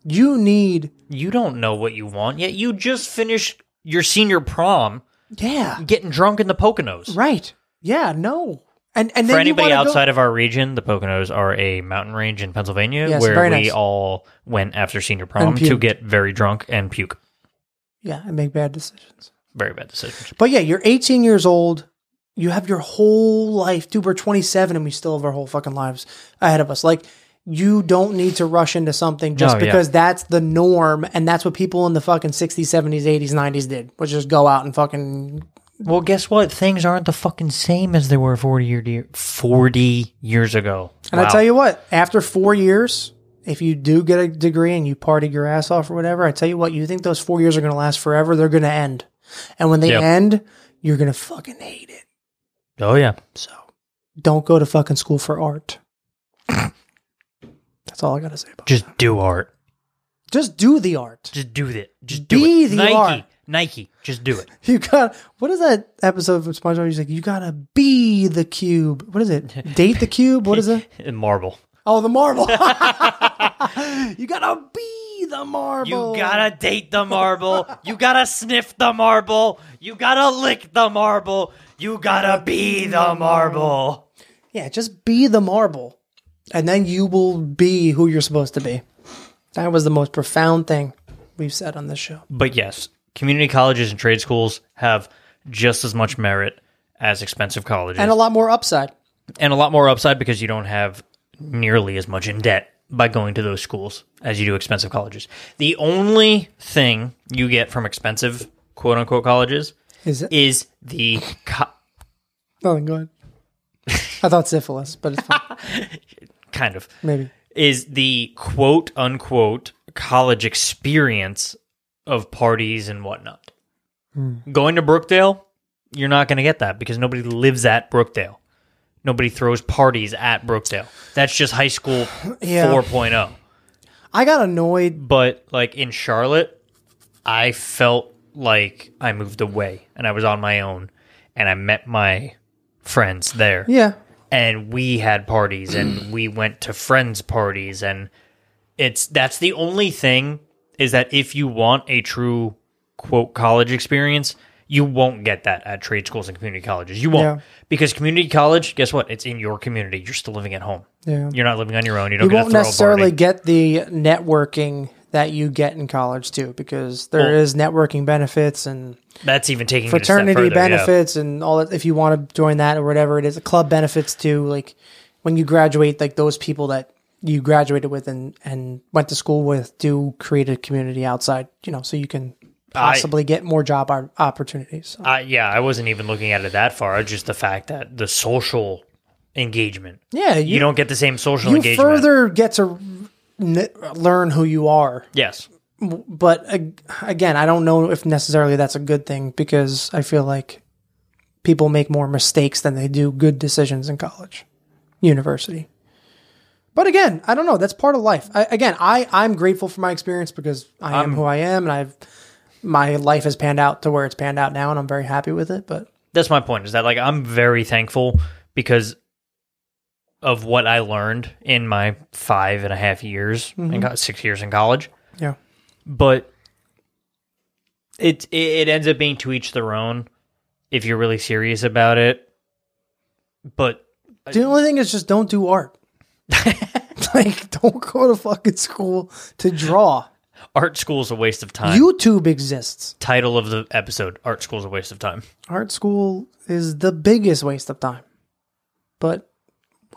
Speaker 2: You need,
Speaker 1: you don't know what you want yet you just finished your senior prom
Speaker 2: yeah,
Speaker 1: getting drunk in the poconos
Speaker 2: right, yeah, no, and and
Speaker 1: For
Speaker 2: then you
Speaker 1: anybody
Speaker 2: wanna go-
Speaker 1: outside of our region, the Poconos are a mountain range in Pennsylvania
Speaker 2: Yes,
Speaker 1: where
Speaker 2: very
Speaker 1: we
Speaker 2: nice.
Speaker 1: all went after senior prom
Speaker 2: And
Speaker 1: to
Speaker 2: puked.
Speaker 1: get very drunk and puke.
Speaker 2: yeah, and make bad decisions.
Speaker 1: Very bad decisions.
Speaker 2: But yeah, you're 18 years old. You have your whole life, dude. We're 27 and we still have our whole fucking lives ahead of us. Like, you don't need to rush into something just
Speaker 1: No, yeah.
Speaker 2: because that's the norm and that's what people in the fucking 60s, 70s, 80s, 90s did was just go out and fucking
Speaker 1: Well, guess what? Things aren't the fucking same as they were 40 year 40 years ago.
Speaker 2: And I tell you what, after four years, if you do get a degree and you partied your ass off or whatever, I tell you what, you think those four years are going to last forever? They're going to end. And when they
Speaker 1: Yep.
Speaker 2: end, you're going to fucking hate it.
Speaker 1: Oh yeah.
Speaker 2: So don't go to fucking school for art. That's all I got to say about it.
Speaker 1: Just do art.
Speaker 2: Just do the art.
Speaker 1: Just do it. Just do
Speaker 2: Be
Speaker 1: it.
Speaker 2: the
Speaker 1: Nike.
Speaker 2: art.
Speaker 1: Nike. Just do it.
Speaker 2: You got, what is that episode of SpongeBob? He's like, you got to be the cube. What is it? Date the cube? What is it?
Speaker 1: And marble.
Speaker 2: Oh, the marble. you got to be the marble.
Speaker 1: You gotta date the marble. you gotta sniff the marble. You gotta lick the marble. You gotta be the marble.
Speaker 2: Yeah, just be the marble, and then you will be who you're supposed to be. That was the most profound thing we've said on this show.
Speaker 1: But yes, community colleges and trade schools have just as much merit as expensive colleges.
Speaker 2: And a lot more upside.
Speaker 1: and a lot more upside because you don't have nearly as much in debt by going to those schools as you do expensive colleges. The only thing you get from expensive quote unquote colleges
Speaker 2: Is it?
Speaker 1: is the co-
Speaker 2: Oh, go ahead. I thought syphilis, but it's fine.
Speaker 1: kind of
Speaker 2: Maybe.
Speaker 1: is the quote unquote college experience of parties and whatnot.
Speaker 2: Hmm.
Speaker 1: Going to Brookdale, you're not going to get that because nobody lives at Brookdale. Nobody throws parties at Brookdale. That's just high school
Speaker 2: Yeah.
Speaker 1: 4.0.
Speaker 2: I got annoyed.
Speaker 1: but like in Charlotte, I felt like I moved away and I was on my own and I met my friends there.
Speaker 2: Yeah.
Speaker 1: And we had parties
Speaker 2: Mm.
Speaker 1: and we went to friends' parties and it's that's the only thing is that if you want a true quote college experience, you won't get that at trade schools and community colleges. You won't.
Speaker 2: Yeah.
Speaker 1: Because community college, guess what? It's in your community. You're still living at home.
Speaker 2: Yeah.
Speaker 1: You're not living on your own. You don't
Speaker 2: You
Speaker 1: get
Speaker 2: won't
Speaker 1: to throw a
Speaker 2: necessarily
Speaker 1: party.
Speaker 2: get the networking that you get in college, too, because there is networking benefits and
Speaker 1: That's even taking it a step
Speaker 2: fraternity
Speaker 1: further, yeah.
Speaker 2: benefits and all that if you want to join that or whatever it is club benefits too like when you graduate like those people that you graduated with and and went to school with do create a community outside you know so you can
Speaker 1: I-
Speaker 2: possibly get more job op- opportunities so,
Speaker 1: I yeah, I wasn't even looking at it that far. Just the fact that the social engagement,
Speaker 2: yeah you,
Speaker 1: you, don't get the same social
Speaker 2: you
Speaker 1: engagement.
Speaker 2: further get to n- learn who you are
Speaker 1: yes,
Speaker 2: but ag- again, I don't know if necessarily that's a good thing because I feel like people make more mistakes than they do good decisions in college, university. But again, I don't know. That's part of life. I, again, I I'm grateful for my experience because I am who I am, and I've my life has panned out to where it's panned out now, and I'm very happy with it. But
Speaker 1: that's my point. Is that like I'm very thankful because of what I learned in my five and a half years and got six years in college.
Speaker 2: yeah,
Speaker 1: But it, it it ends up being to each their own if you're really serious about it. But
Speaker 2: the only thing is just don't do art. like, don't go to fucking school to draw.
Speaker 1: art school is a waste of time.
Speaker 2: YouTube exists.
Speaker 1: Title of the episode: Art school is a waste of time.
Speaker 2: art school is the biggest waste of time. But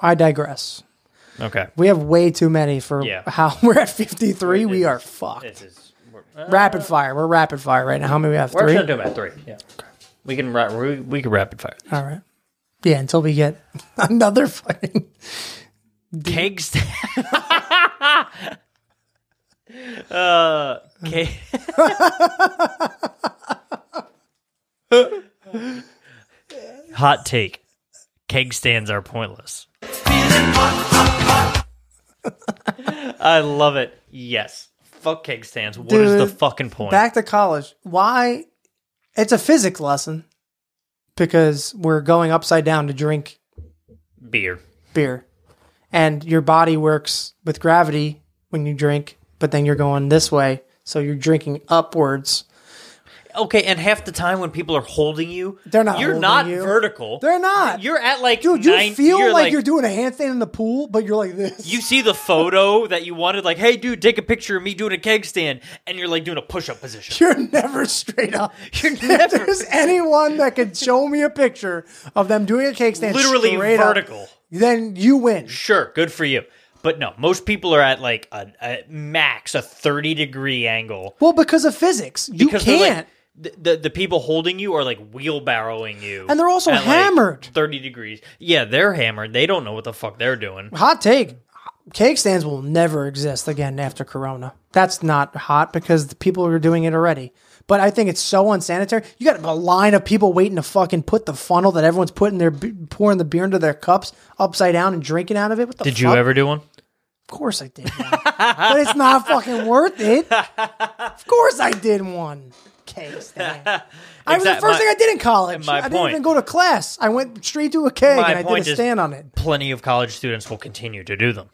Speaker 2: I digress.
Speaker 1: Okay.
Speaker 2: We have way too many for
Speaker 1: Yeah.
Speaker 2: how we're at 53. We are fucked.
Speaker 1: This is
Speaker 2: Rapid fire. We're rapid fire right now. How many we have?
Speaker 1: We're
Speaker 2: Three?
Speaker 1: actually doing about three. Yeah. We can ra- we, we can rapid fire.
Speaker 2: All right. Yeah, until we get another fucking.
Speaker 1: Keg st- uh, keg. Hot take. Keg stands are pointless. I love it. Yes. Fuck keg stands. What is the
Speaker 2: Dude,
Speaker 1: fucking point?
Speaker 2: Back to college. Why? It's a physics lesson because we're going upside down to drink
Speaker 1: Beer.
Speaker 2: beer. And your body works with gravity when you drink, but then you're going this way. So you're drinking upwards.
Speaker 1: Okay, and half the time when people are holding you,
Speaker 2: They're not
Speaker 1: You're
Speaker 2: holding
Speaker 1: not
Speaker 2: you.
Speaker 1: vertical.
Speaker 2: They're not.
Speaker 1: You're at like
Speaker 2: Dude, you
Speaker 1: nine-
Speaker 2: feel
Speaker 1: you're
Speaker 2: like, you're doing a handstand in the pool, but you're like this.
Speaker 1: You see the photo that you wanted, like, hey, dude, take a picture of me doing a keg stand, and you're like doing a push-up position.
Speaker 2: are never straight up.
Speaker 1: You're
Speaker 2: If
Speaker 1: never
Speaker 2: there's anyone that could show me a picture of them doing a cake stand
Speaker 1: literally
Speaker 2: straight up,
Speaker 1: vertical.
Speaker 2: then you win.
Speaker 1: Sure, good for you, but no, most people are at like a, a max a thirty degree angle
Speaker 2: Well, because of physics, you
Speaker 1: because they're like,
Speaker 2: can't.
Speaker 1: the, the the people holding you are like wheelbarrowing you,
Speaker 2: And they're also
Speaker 1: at, like,
Speaker 2: hammered.
Speaker 1: Thirty degrees. Yeah, they're hammered. They don't know what the fuck they're doing.
Speaker 2: Hot take. Cake stands will never exist again after Corona. That's not hot because the people are doing it already. But I think it's so unsanitary. You got a line of people waiting to fucking put the funnel that everyone's putting their be- pouring the beer into their cups upside down and drinking out of it. What the
Speaker 1: Did
Speaker 2: fuck?
Speaker 1: you ever do one?
Speaker 2: Of course I did one. but it's not fucking worth it. Of course I did one. Cake stand. I was the
Speaker 1: Exact-
Speaker 2: first
Speaker 1: my-
Speaker 2: thing I did in college.
Speaker 1: my
Speaker 2: I didn't
Speaker 1: point-
Speaker 2: even go to class. I went straight to a keg
Speaker 1: My
Speaker 2: and I
Speaker 1: point
Speaker 2: did a
Speaker 1: is-
Speaker 2: stand on it.
Speaker 1: Plenty of college students will continue to do them.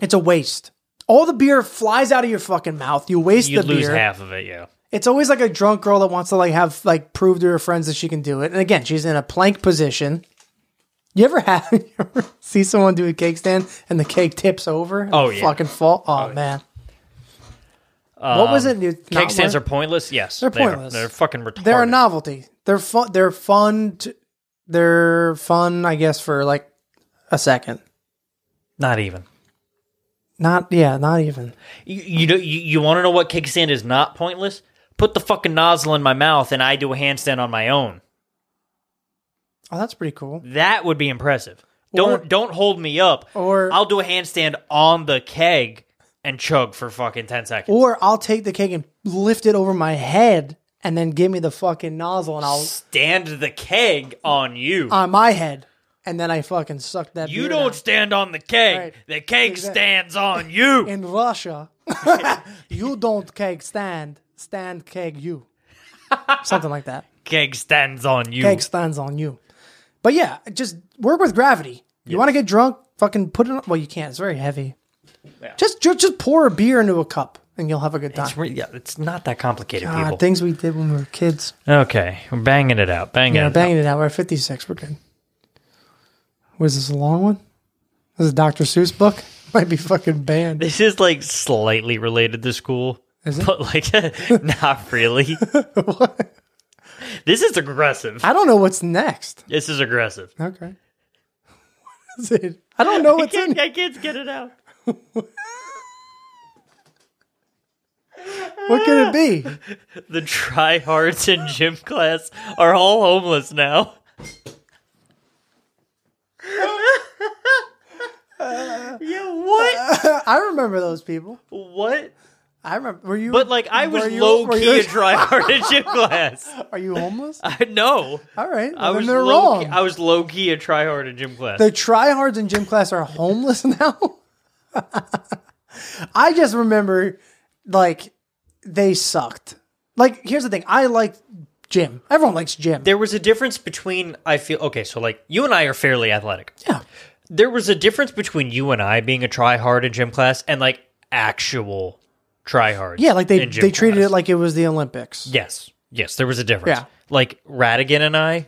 Speaker 2: It's a waste. All the beer flies out of your fucking mouth. You waste
Speaker 1: You
Speaker 2: the
Speaker 1: lose
Speaker 2: beer.
Speaker 1: half of it. Yeah.
Speaker 2: It's always like a drunk girl that wants to like have like prove to her friends that she can do it. And again, she's in a plank position. You ever have you ever see someone do a cake stand and the cake tips over? and
Speaker 1: Oh,
Speaker 2: they
Speaker 1: yeah. Um,
Speaker 2: fucking fall. Oh, man. what was it? Cake
Speaker 1: Cake stands are pointless. Yes,
Speaker 2: They're
Speaker 1: they are.
Speaker 2: pointless.
Speaker 1: They're fucking retarded.
Speaker 2: they're a novelty. They're fun. They're fun. To, they're fun, I guess, for like a second.
Speaker 1: Not even.
Speaker 2: Not yeah, not even.
Speaker 1: You you know, you, you want to know what kickstand is not pointless? Put the fucking nozzle in my mouth and I do a handstand on my own.
Speaker 2: Oh, that's pretty cool.
Speaker 1: That would be impressive. Don't
Speaker 2: Or-
Speaker 1: don't hold me up.
Speaker 2: or-
Speaker 1: I'll do a handstand on the keg and chug for fucking ten seconds.
Speaker 2: Or I'll take the cake and lift it over my head and then give me the fucking nozzle and I'll
Speaker 1: Stand the keg on you.
Speaker 2: on my head and then I fucking suck that
Speaker 1: you
Speaker 2: beer
Speaker 1: don't
Speaker 2: down.
Speaker 1: stand on the keg.
Speaker 2: Right.
Speaker 1: The keg
Speaker 2: Exact-
Speaker 1: stands on you.
Speaker 2: in Russia. you don't keg stand, stand keg you. Something like that.
Speaker 1: keg stands on you.
Speaker 2: Keg stands on you. But yeah, just work with gravity. You want to get drunk? Fucking put it on. Well, you can't. It's very heavy. Just, just just pour a beer into a cup and you'll have a good time.
Speaker 1: It's, re- yeah, it's not that complicated,
Speaker 2: Ah,
Speaker 1: people.
Speaker 2: things we did when we were kids.
Speaker 1: okay, we're banging it out. Banging
Speaker 2: Yeah,
Speaker 1: it out.
Speaker 2: banging it out. We're at 56. We're good. Was this a long one? This is Dr. Seuss book. Might be fucking banned.
Speaker 1: This is like slightly related to school, but like not really. This is aggressive.
Speaker 2: I don't know what's next.
Speaker 1: This is aggressive.
Speaker 2: Okay. What is it? I don't
Speaker 1: I
Speaker 2: know what's
Speaker 1: can't,
Speaker 2: in here.
Speaker 1: I can't get it out.
Speaker 2: What could it be?
Speaker 1: The tryhards in gym class are all homeless now. yeah, what?
Speaker 2: I remember those people.
Speaker 1: What?
Speaker 2: I remember. Were you?
Speaker 1: But like, I
Speaker 2: were
Speaker 1: was
Speaker 2: you-
Speaker 1: low
Speaker 2: were
Speaker 1: key
Speaker 2: you-
Speaker 1: a tryhard in gym class.
Speaker 2: Are you homeless?
Speaker 1: I know.
Speaker 2: All right.
Speaker 1: I was
Speaker 2: they're
Speaker 1: low
Speaker 2: wrong.
Speaker 1: Key, I was low key a tryhard in gym class.
Speaker 2: the tryhards in gym class are homeless now. I just remember, like, they sucked. Like, here's the thing. I like gym. Everyone likes gym.
Speaker 1: there was a difference between I feel okay, so like you and I are fairly athletic.
Speaker 2: yeah.
Speaker 1: There was a difference between you and I being a tryhard in gym class and like actual tryhards.
Speaker 2: Yeah. Like they
Speaker 1: in gym
Speaker 2: they treated
Speaker 1: class.
Speaker 2: it like it was the Olympics.
Speaker 1: Yes. Yes, there was a difference.
Speaker 2: Yeah. Mm-hmm.
Speaker 1: Like Radigan and I,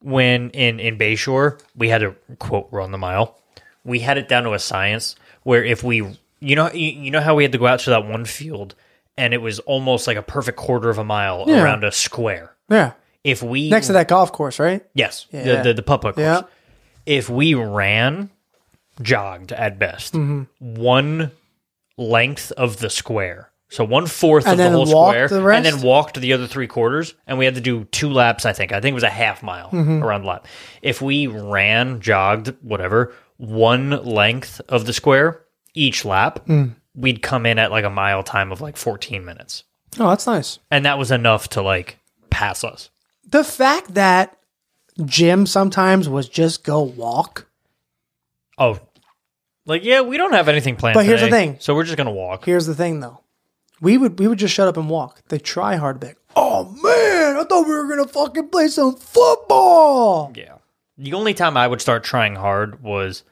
Speaker 1: when in, in Bayshore, we had to quote run the mile. We had it down to a science where if we, you know, you, you know how we had to go out to that one field and it was almost like a perfect quarter of a mile
Speaker 2: Yeah.
Speaker 1: around a square.
Speaker 2: Yeah.
Speaker 1: If we
Speaker 2: Next to that golf course, right?
Speaker 1: yes,
Speaker 2: Yeah.
Speaker 1: the, the the putt putt course.
Speaker 2: Yeah.
Speaker 1: If we ran, jogged at best, one length of the square. So one fourth of
Speaker 2: And
Speaker 1: the
Speaker 2: then
Speaker 1: whole
Speaker 2: walked
Speaker 1: square,
Speaker 2: the
Speaker 1: and
Speaker 2: rest?
Speaker 1: then walked the other three quarters, and we had to do two laps. I think I think it was a half mile around the lap. If we ran, jogged, whatever, one length of the square each lap, we'd come in at like a mile time of like fourteen minutes,
Speaker 2: Oh, that's nice.
Speaker 1: and that was enough to like pass us.
Speaker 2: the fact that Jim sometimes was just go walk.
Speaker 1: Oh, like yeah, we don't have anything planned.
Speaker 2: But here's the
Speaker 1: today,
Speaker 2: thing.
Speaker 1: so we're just gonna walk.
Speaker 2: Here's the thing though. We would we would just shut up and walk. They try hard bit. Oh man, I thought we were gonna fucking play some football.
Speaker 1: Yeah. The only time I would start trying hard was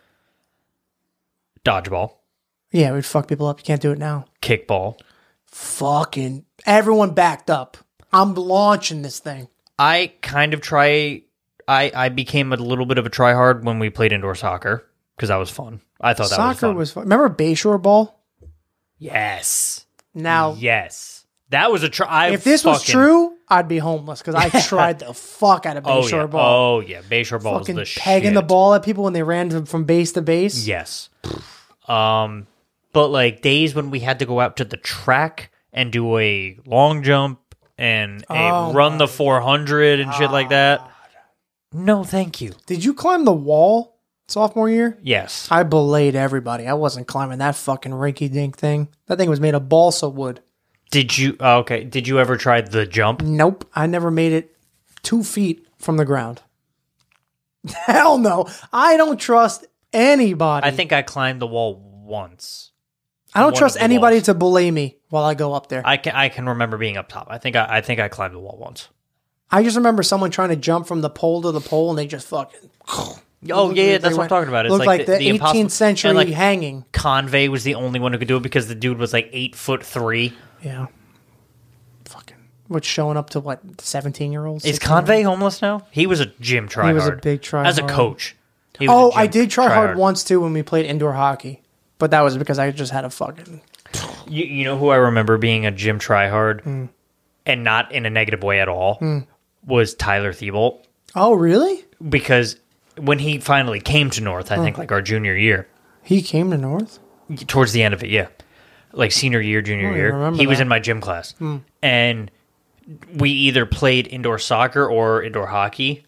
Speaker 1: dodgeball,
Speaker 2: Yeah, we'd fuck people up. You can't do it now.
Speaker 1: kickball.
Speaker 2: Fucking everyone backed up. I'm launching this thing.
Speaker 1: I kind of try. I I became a little bit of a tryhard when we played indoor soccer because that was fun. I thought that was
Speaker 2: Soccer
Speaker 1: fun.
Speaker 2: was fun. Remember Bayshore ball?
Speaker 1: yes,
Speaker 2: Now
Speaker 1: yes. That was a try. I
Speaker 2: if this was
Speaker 1: fucking-
Speaker 2: true, I'd be homeless because I tried the fuck out of
Speaker 1: oh
Speaker 2: Bayshore
Speaker 1: yeah,
Speaker 2: ball.
Speaker 1: oh yeah, Bayshore ball
Speaker 2: fucking
Speaker 1: was the
Speaker 2: pegging
Speaker 1: shit.
Speaker 2: the ball at people when they ran to- from base to base.
Speaker 1: Yes. Um, but like days when we had to go out to the track and do a long jump and a
Speaker 2: Oh
Speaker 1: run the 400 and shit like that. No, thank you.
Speaker 2: Did you climb the wall sophomore year?
Speaker 1: Yes.
Speaker 2: I belayed everybody. I wasn't climbing that fucking rinky dink thing. That thing was made of balsa wood.
Speaker 1: Did you oh, okay, did you ever try the jump?
Speaker 2: Nope. I never made it two feet from the ground. Hell no. I don't trust anybody.
Speaker 1: I think I climbed the wall once.
Speaker 2: I don't
Speaker 1: one
Speaker 2: trust
Speaker 1: of the
Speaker 2: anybody
Speaker 1: walls.
Speaker 2: to belay me while I go up there. I,
Speaker 1: I can I can remember being up top. I think I, I think I climbed the wall once.
Speaker 2: just remember someone trying to jump from the pole to the pole and they just fucking.
Speaker 1: Oh yeah,
Speaker 2: they
Speaker 1: that's what I'm
Speaker 2: went-
Speaker 1: talking about. It's
Speaker 2: looked
Speaker 1: like,
Speaker 2: like,
Speaker 1: the, the
Speaker 2: the, 18th
Speaker 1: impossible-
Speaker 2: century
Speaker 1: and like
Speaker 2: hanging.
Speaker 1: Convey was the only one who could do it because the dude was like eight foot three.
Speaker 2: Yeah. Fucking. What's showing up to what? 17 year olds?
Speaker 1: Is Convey homeless now? He was a gym tryhard.
Speaker 2: was a big tryhard.
Speaker 1: As a coach. He was
Speaker 2: Oh,
Speaker 1: a
Speaker 2: I
Speaker 1: gym
Speaker 2: did try
Speaker 1: tryhard.
Speaker 2: hard once too when we played indoor hockey, but that was because I just had a fucking.
Speaker 1: You, you know who I remember being a gym tryhard
Speaker 2: Hmm.
Speaker 1: and not in a negative way at all was Tyler Thiebolt
Speaker 2: Oh, really?
Speaker 1: because when he finally came to North, I
Speaker 2: Hmm.
Speaker 1: think like our junior year,
Speaker 2: He came to North?
Speaker 1: towards the end of it, yeah, like senior year, junior
Speaker 2: I
Speaker 1: year,
Speaker 2: remember
Speaker 1: he was
Speaker 2: that. Hmm.
Speaker 1: in my gym class, and we either played indoor soccer or indoor hockey.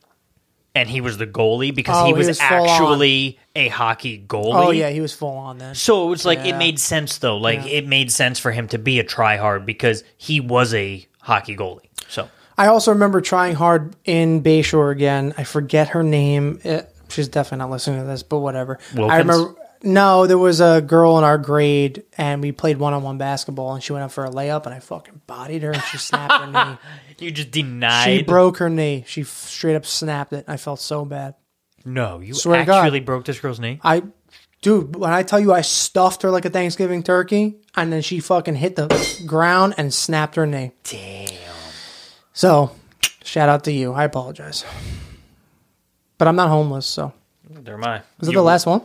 Speaker 1: And he was the goalie because
Speaker 2: Oh,
Speaker 1: he
Speaker 2: he
Speaker 1: was,
Speaker 2: was full on.
Speaker 1: actually a hockey goalie.
Speaker 2: Oh, yeah, he was full on then.
Speaker 1: So it was like
Speaker 2: Yeah.
Speaker 1: it made sense though. Like it made sense for him to be a tryhard because he was a hockey goalie. So
Speaker 2: I also remember trying hard in Bayshore again. I forget her name. Eh, she's definitely not listening to this, but whatever. I
Speaker 1: Wilkins?
Speaker 2: remember. No, there was a girl in our grade, and we played one on one basketball, and she went up for a layup, and I fucking bodied her, and she snapped her knee.
Speaker 1: you just
Speaker 2: She
Speaker 1: denied.
Speaker 2: broke her knee. She f- straight up snapped it. I felt so bad.
Speaker 1: no, you
Speaker 2: Swear to God.
Speaker 1: actually broke this girl's knee.
Speaker 2: I, dude, when I tell you I stuffed her like a Thanksgiving turkey, and then she fucking hit the ground and snapped her knee.
Speaker 1: Damn.
Speaker 2: So, shout out to you. I apologize, but I'm not homeless. So,
Speaker 1: They're my.
Speaker 2: is that the last one?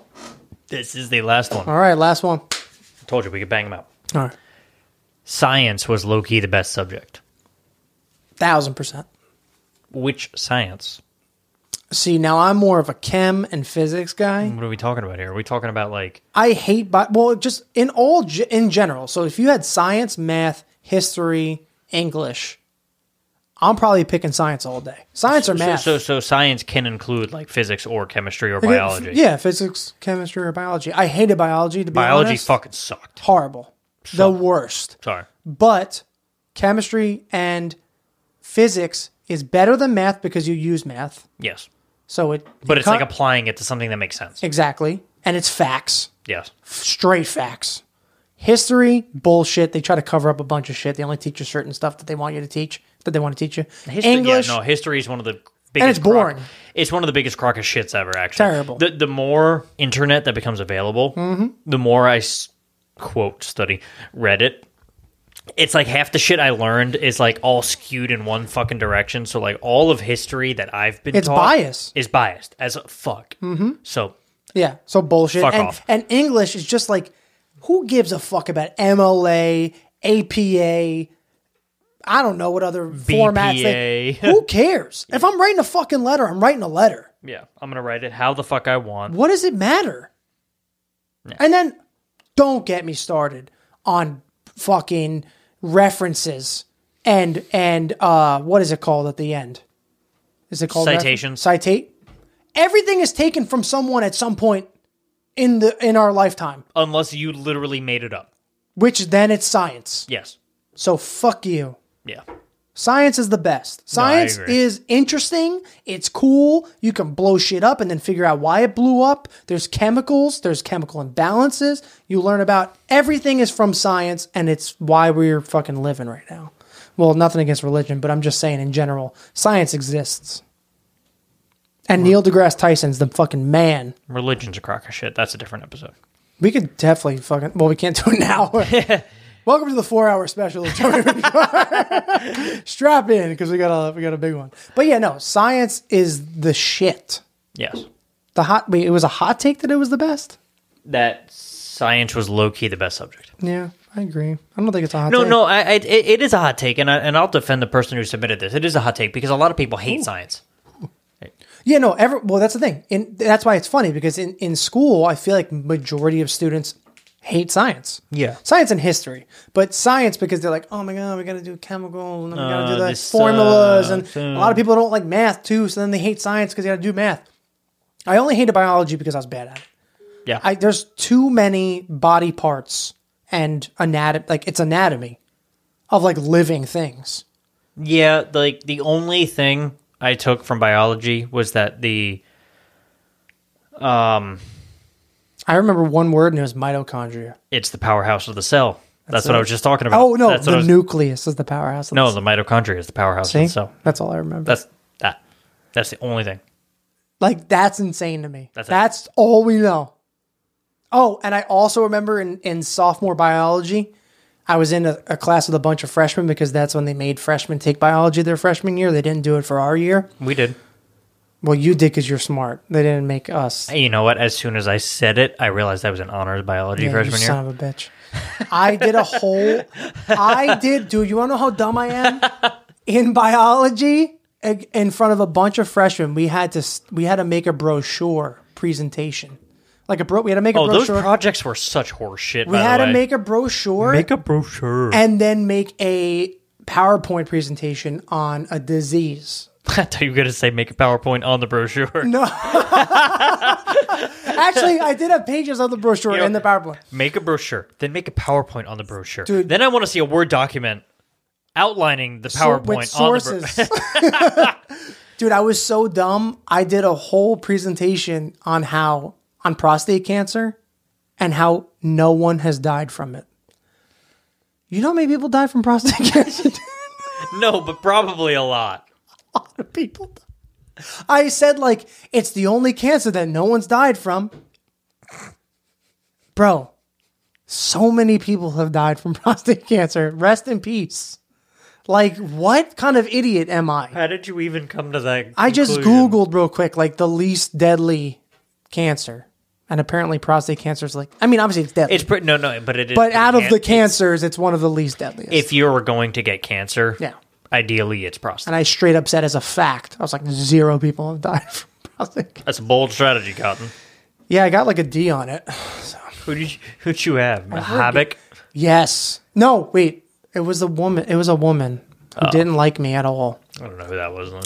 Speaker 1: This is the last one.
Speaker 2: All right, last one.
Speaker 1: told you we could bang them out.
Speaker 2: All right,
Speaker 1: Science was low key the best subject.
Speaker 2: thousand percent.
Speaker 1: Which science?
Speaker 2: See, now I'm more of a chem and physics guy.
Speaker 1: What are we talking about here? Are we talking about like
Speaker 2: I hate, bi- well, just in all ge- in general. So, if you had science, math, history, English. I'm probably picking science all day. Science or
Speaker 1: so,
Speaker 2: math?
Speaker 1: so so science can include like physics or chemistry or
Speaker 2: Okay,
Speaker 1: biology.
Speaker 2: f- Yeah, physics, chemistry, or biology. I hated biology to be
Speaker 1: biology
Speaker 2: honest.
Speaker 1: fucking sucked.
Speaker 2: horrible, the worst.
Speaker 1: Sorry.
Speaker 2: But chemistry and physics is better than math because you use math,
Speaker 1: Yes.
Speaker 2: so it.
Speaker 1: But it's
Speaker 2: co-
Speaker 1: like applying it to something that makes sense.
Speaker 2: exactly, and it's facts,
Speaker 1: Yes.
Speaker 2: straight facts. History bullshit. They try to cover up a bunch of shit. They only teach you certain stuff that they want you to teach that they want to teach you.
Speaker 1: History,
Speaker 2: English.
Speaker 1: yeah, no, history is one of the biggest
Speaker 2: it's boring.
Speaker 1: crock- it's one of the biggest crock of shits ever. Actually,
Speaker 2: Terrible.
Speaker 1: The
Speaker 2: Mm-hmm.
Speaker 1: the more internet that becomes available, the more I s- quote study Reddit. It's like half the shit I learned is like all skewed in one fucking direction. So like all of history that I've been
Speaker 2: It's
Speaker 1: taught
Speaker 2: bias.
Speaker 1: is biased as a fuck. Mm-hmm. So
Speaker 2: Yeah, so bullshit.
Speaker 1: Fuck
Speaker 2: and,
Speaker 1: off.
Speaker 2: and English is just like, who gives a fuck about MLA, APA? I don't know what other formats. They,
Speaker 1: BPA.
Speaker 2: who cares? If I'm writing a fucking letter, I'm writing a letter.
Speaker 1: yeah, I'm gonna write it how the fuck I want.
Speaker 2: What does it matter? And then don't get me started on fucking references and and uh what is it called at the end? Is it called refer-
Speaker 1: Citations.
Speaker 2: Citate. Everything is taken from someone at some point in the in our lifetime,
Speaker 1: Unless you literally made it up.
Speaker 2: which then it's science.
Speaker 1: Yes.
Speaker 2: So fuck you.
Speaker 1: Yeah.
Speaker 2: Science is the best. Science
Speaker 1: agree.
Speaker 2: is interesting. It's cool. You can blow shit up and then figure out why it blew up. There's chemicals, there's chemical imbalances. You learn about everything is from science and it's why we're fucking living right now. Well, nothing against religion, but I'm just saying in general, science exists. And Neil deGrasse Tyson's the fucking man.
Speaker 1: Religion's a crock of shit. That's a different episode.
Speaker 2: We could definitely fucking. Well, we can't do it now. Welcome to the four-hour special. of Tony Ricciardo. Strap in because we got a we got a big one. But yeah, no, science is the shit.
Speaker 1: Yes.
Speaker 2: The hot. Wait, it was a hot take that it was the best.
Speaker 1: that science was low key the best subject.
Speaker 2: Yeah, I agree. I don't think it's a hot.
Speaker 1: No,
Speaker 2: take.
Speaker 1: no, I, I, it, it is a hot take, and I, and I'll defend the person who submitted this. It is a hot take because a lot of people hate science.
Speaker 2: Yeah, no. Every well, that's the thing, and that's why it's funny because in in school, I feel like majority of students hate science.
Speaker 1: Yeah.
Speaker 2: Science and history, but science because they're like, oh my god, we got to do chemicals and then we got to
Speaker 1: Uh,
Speaker 2: do the
Speaker 1: this
Speaker 2: formulas, and
Speaker 1: sucks.
Speaker 2: a lot of people don't like math too, so then they hate science because they got to do math. I only hated biology because I was bad at it.
Speaker 1: Yeah.
Speaker 2: I, there's too many body parts and anatomy, like it's anatomy of like living things.
Speaker 1: Yeah, like the only thing I took from biology was that the
Speaker 2: I remember one word and it was mitochondria.
Speaker 1: it's the powerhouse of the cell. That's, what I was just talking about.
Speaker 2: Oh no,
Speaker 1: That's what I
Speaker 2: the
Speaker 1: was-
Speaker 2: nucleus is the powerhouse. Of
Speaker 1: No,
Speaker 2: the
Speaker 1: the mitochondria is the powerhouse of
Speaker 2: see?
Speaker 1: the cell.
Speaker 2: that's all I remember.
Speaker 1: That's that. That's the only thing.
Speaker 2: like that's insane to me.
Speaker 1: That's
Speaker 2: That's,
Speaker 1: it.
Speaker 2: all we know. Oh, and I also remember in in sophomore biology, I was in a, a class with a bunch of freshmen because that's when they made freshmen take biology their freshman year. They didn't do it for our year.
Speaker 1: We did.
Speaker 2: Well, you did because you're smart. They didn't make us.
Speaker 1: You know what? As soon as I said it, I realized I was in honors biology
Speaker 2: Yeah,
Speaker 1: freshman
Speaker 2: you
Speaker 1: year.
Speaker 2: Son of a bitch. I did a whole. I did, dude. You want to know how dumb I am? In biology, ag- in front of a bunch of freshmen, we had to s- we had to make a brochure presentation, like a bro. We had to make a
Speaker 1: oh, those
Speaker 2: brochure.
Speaker 1: projects were such horseshit.
Speaker 2: we had to make a brochure
Speaker 1: a brochure.
Speaker 2: and then make a PowerPoint presentation on a disease.
Speaker 1: I thought you were gonna say make a PowerPoint on the brochure.
Speaker 2: Actually, I did have pages of the brochure
Speaker 1: Yeah.
Speaker 2: and the PowerPoint.
Speaker 1: Make a brochure, then make a PowerPoint on the brochure. Then I want to see a Word document outlining the
Speaker 2: So-
Speaker 1: PowerPoint
Speaker 2: with
Speaker 1: on the bro-
Speaker 2: sources. Dude, I was so dumb. I did a whole presentation on how on prostate cancer and how no one has died from it. You know how many people die from prostate cancer?
Speaker 1: no, but probably a lot.
Speaker 2: a lot of people. die. I said like it's the only cancer that no one's died from. Bro, so many people have died from prostate cancer. Rest in peace. Like what kind of idiot am I?
Speaker 1: How did you even come to that?
Speaker 2: I just
Speaker 1: conclusion?
Speaker 2: googled real quick like the least deadly cancer, and apparently prostate cancer is like. I mean, obviously it's deadly,
Speaker 1: It's pretty, no, no, but it is.
Speaker 2: but out of the
Speaker 1: pretty hand-
Speaker 2: cancers, it's one of the least deadliest.
Speaker 1: if you were going to get cancer,
Speaker 2: Yeah.
Speaker 1: ideally it's prostate.
Speaker 2: and I straight up said as a fact, I was like, zero people have died from prostate. cancer.
Speaker 1: That's a bold strategy, Cotton.
Speaker 2: Yeah, I got like a D on it.
Speaker 1: Who did you, who'd you have? Habak.
Speaker 2: Yes. No. Wait. It was a woman. It was a woman
Speaker 1: Oh.
Speaker 2: who didn't like me at all.
Speaker 1: I don't know who that was. Then.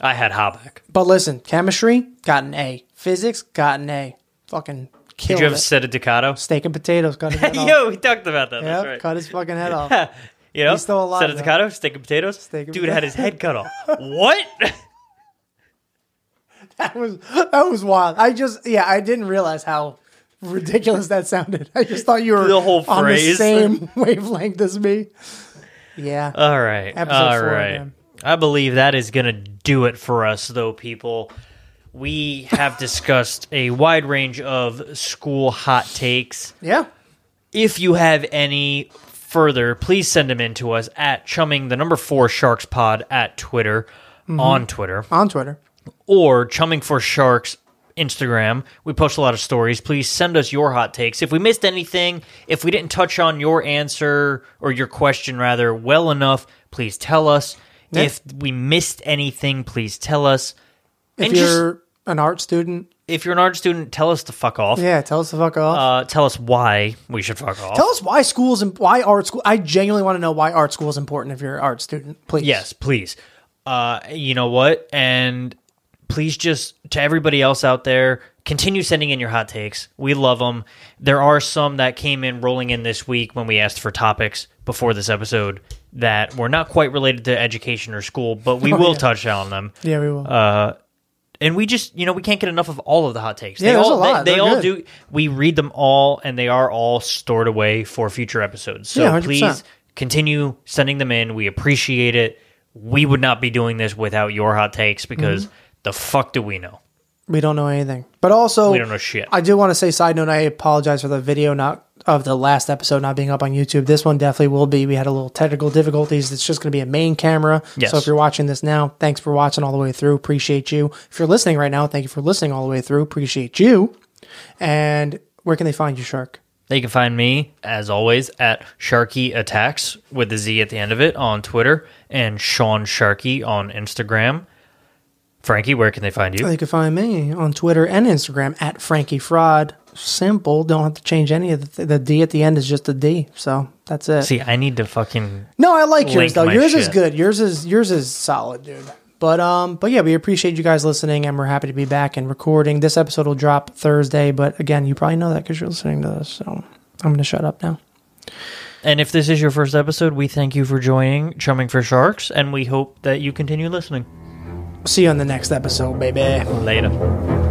Speaker 1: I had Habak.
Speaker 2: But listen, chemistry got an A. Physics got an A. Fucking
Speaker 1: Did
Speaker 2: killed
Speaker 1: you have
Speaker 2: it.
Speaker 1: Seta Ducato?
Speaker 2: Steak and potatoes got his head off.
Speaker 1: Yo, we talked about that.
Speaker 2: Yep,
Speaker 1: That's right.
Speaker 2: cut his fucking head off.
Speaker 1: You know,
Speaker 2: He's still alive,
Speaker 1: Set
Speaker 2: though.
Speaker 1: of Ducato, steak and potatoes.
Speaker 2: Steak and
Speaker 1: Dude had his head cut off. what?
Speaker 2: That was that was wild. I just yeah, I didn't realize how ridiculous that sounded. I just thought you were
Speaker 1: The whole
Speaker 2: on the
Speaker 1: phrase.
Speaker 2: same wavelength as me. Yeah.
Speaker 1: All right.
Speaker 2: Episode
Speaker 1: all
Speaker 2: four
Speaker 1: right.
Speaker 2: again.
Speaker 1: I believe that is going to do it for us, though, people. We have discussed a wide range of school hot takes.
Speaker 2: yeah.
Speaker 1: If you have any further, please send them in to us at chumming the number four sharks pod at Twitter, on Twitter,
Speaker 2: Mm-hmm. On Twitter.
Speaker 1: or chumming for sharks Instagram. We post a lot of stories. Please send us your hot takes. If we missed anything, if we didn't touch on your answer or your question rather well enough, please tell us. If we missed anything, please tell us.
Speaker 2: If
Speaker 1: and
Speaker 2: you're an art student,
Speaker 1: just if you're an art student, tell us to fuck off.
Speaker 2: yeah, tell us the fuck off.
Speaker 1: Uh, tell us why we should fuck off.
Speaker 2: tell us why schools and why art school. I genuinely want to know why art school is important if you're an art student. Please.
Speaker 1: Yes, please. Uh, you know what? And please just to everybody else out there, continue sending in your hot takes. We love them. There are some that came in rolling in this week when we asked for topics before this episode that were not quite related to education or school, but we will touch on them.
Speaker 2: Oh, Yeah, we will.
Speaker 1: Uh, And we just, you know, we can't get enough of all of the hot takes.
Speaker 2: Yeah,
Speaker 1: they
Speaker 2: there's
Speaker 1: all,
Speaker 2: a lot.
Speaker 1: They, they
Speaker 2: They're
Speaker 1: all do.
Speaker 2: good.
Speaker 1: We read them all, and they are all stored away for future episodes. So
Speaker 2: Yeah, 100%.
Speaker 1: please continue sending them in. We appreciate it. We would not be doing this without your hot takes because
Speaker 2: Mm-hmm.
Speaker 1: the fuck do we know?
Speaker 2: we don't know anything. But also
Speaker 1: We don't know shit.
Speaker 2: I do want to say side note, I apologize for the video not of the last episode not being up on YouTube. This one definitely will be. We had a little technical difficulties. It's just going to be a main camera.
Speaker 1: Yes.
Speaker 2: So if you're watching this now, thanks for watching all the way through. Appreciate you. If you're listening right now, thank you for listening all the way through. Appreciate you. And where can they find you, Shark?
Speaker 1: They can find me, as always, at Sharky Attacks with a Z at the end of it on Twitter and Sean Sharky on Instagram.
Speaker 2: Oh,
Speaker 1: Frankie, where can they find you?
Speaker 2: They can find me on Twitter and Instagram at Frankie Fraud. simple. Don't have to change any of the th- the D at the end is just a D. So that's it.
Speaker 1: See, I need to fucking
Speaker 2: no, I like yours
Speaker 1: Link
Speaker 2: though.
Speaker 1: my
Speaker 2: Yours is
Speaker 1: shit.
Speaker 2: good. Yours is yours is solid, dude. But um, but yeah, we appreciate you guys listening, and we're happy to be back and recording. This episode will drop Thursday, but again, you probably know that because you're listening to this. So I'm gonna shut up now.
Speaker 1: And if this is your first episode, we thank you for joining Chumming for Sharks, and we hope that you continue listening.
Speaker 2: See you on the next episode, baby.
Speaker 1: Later.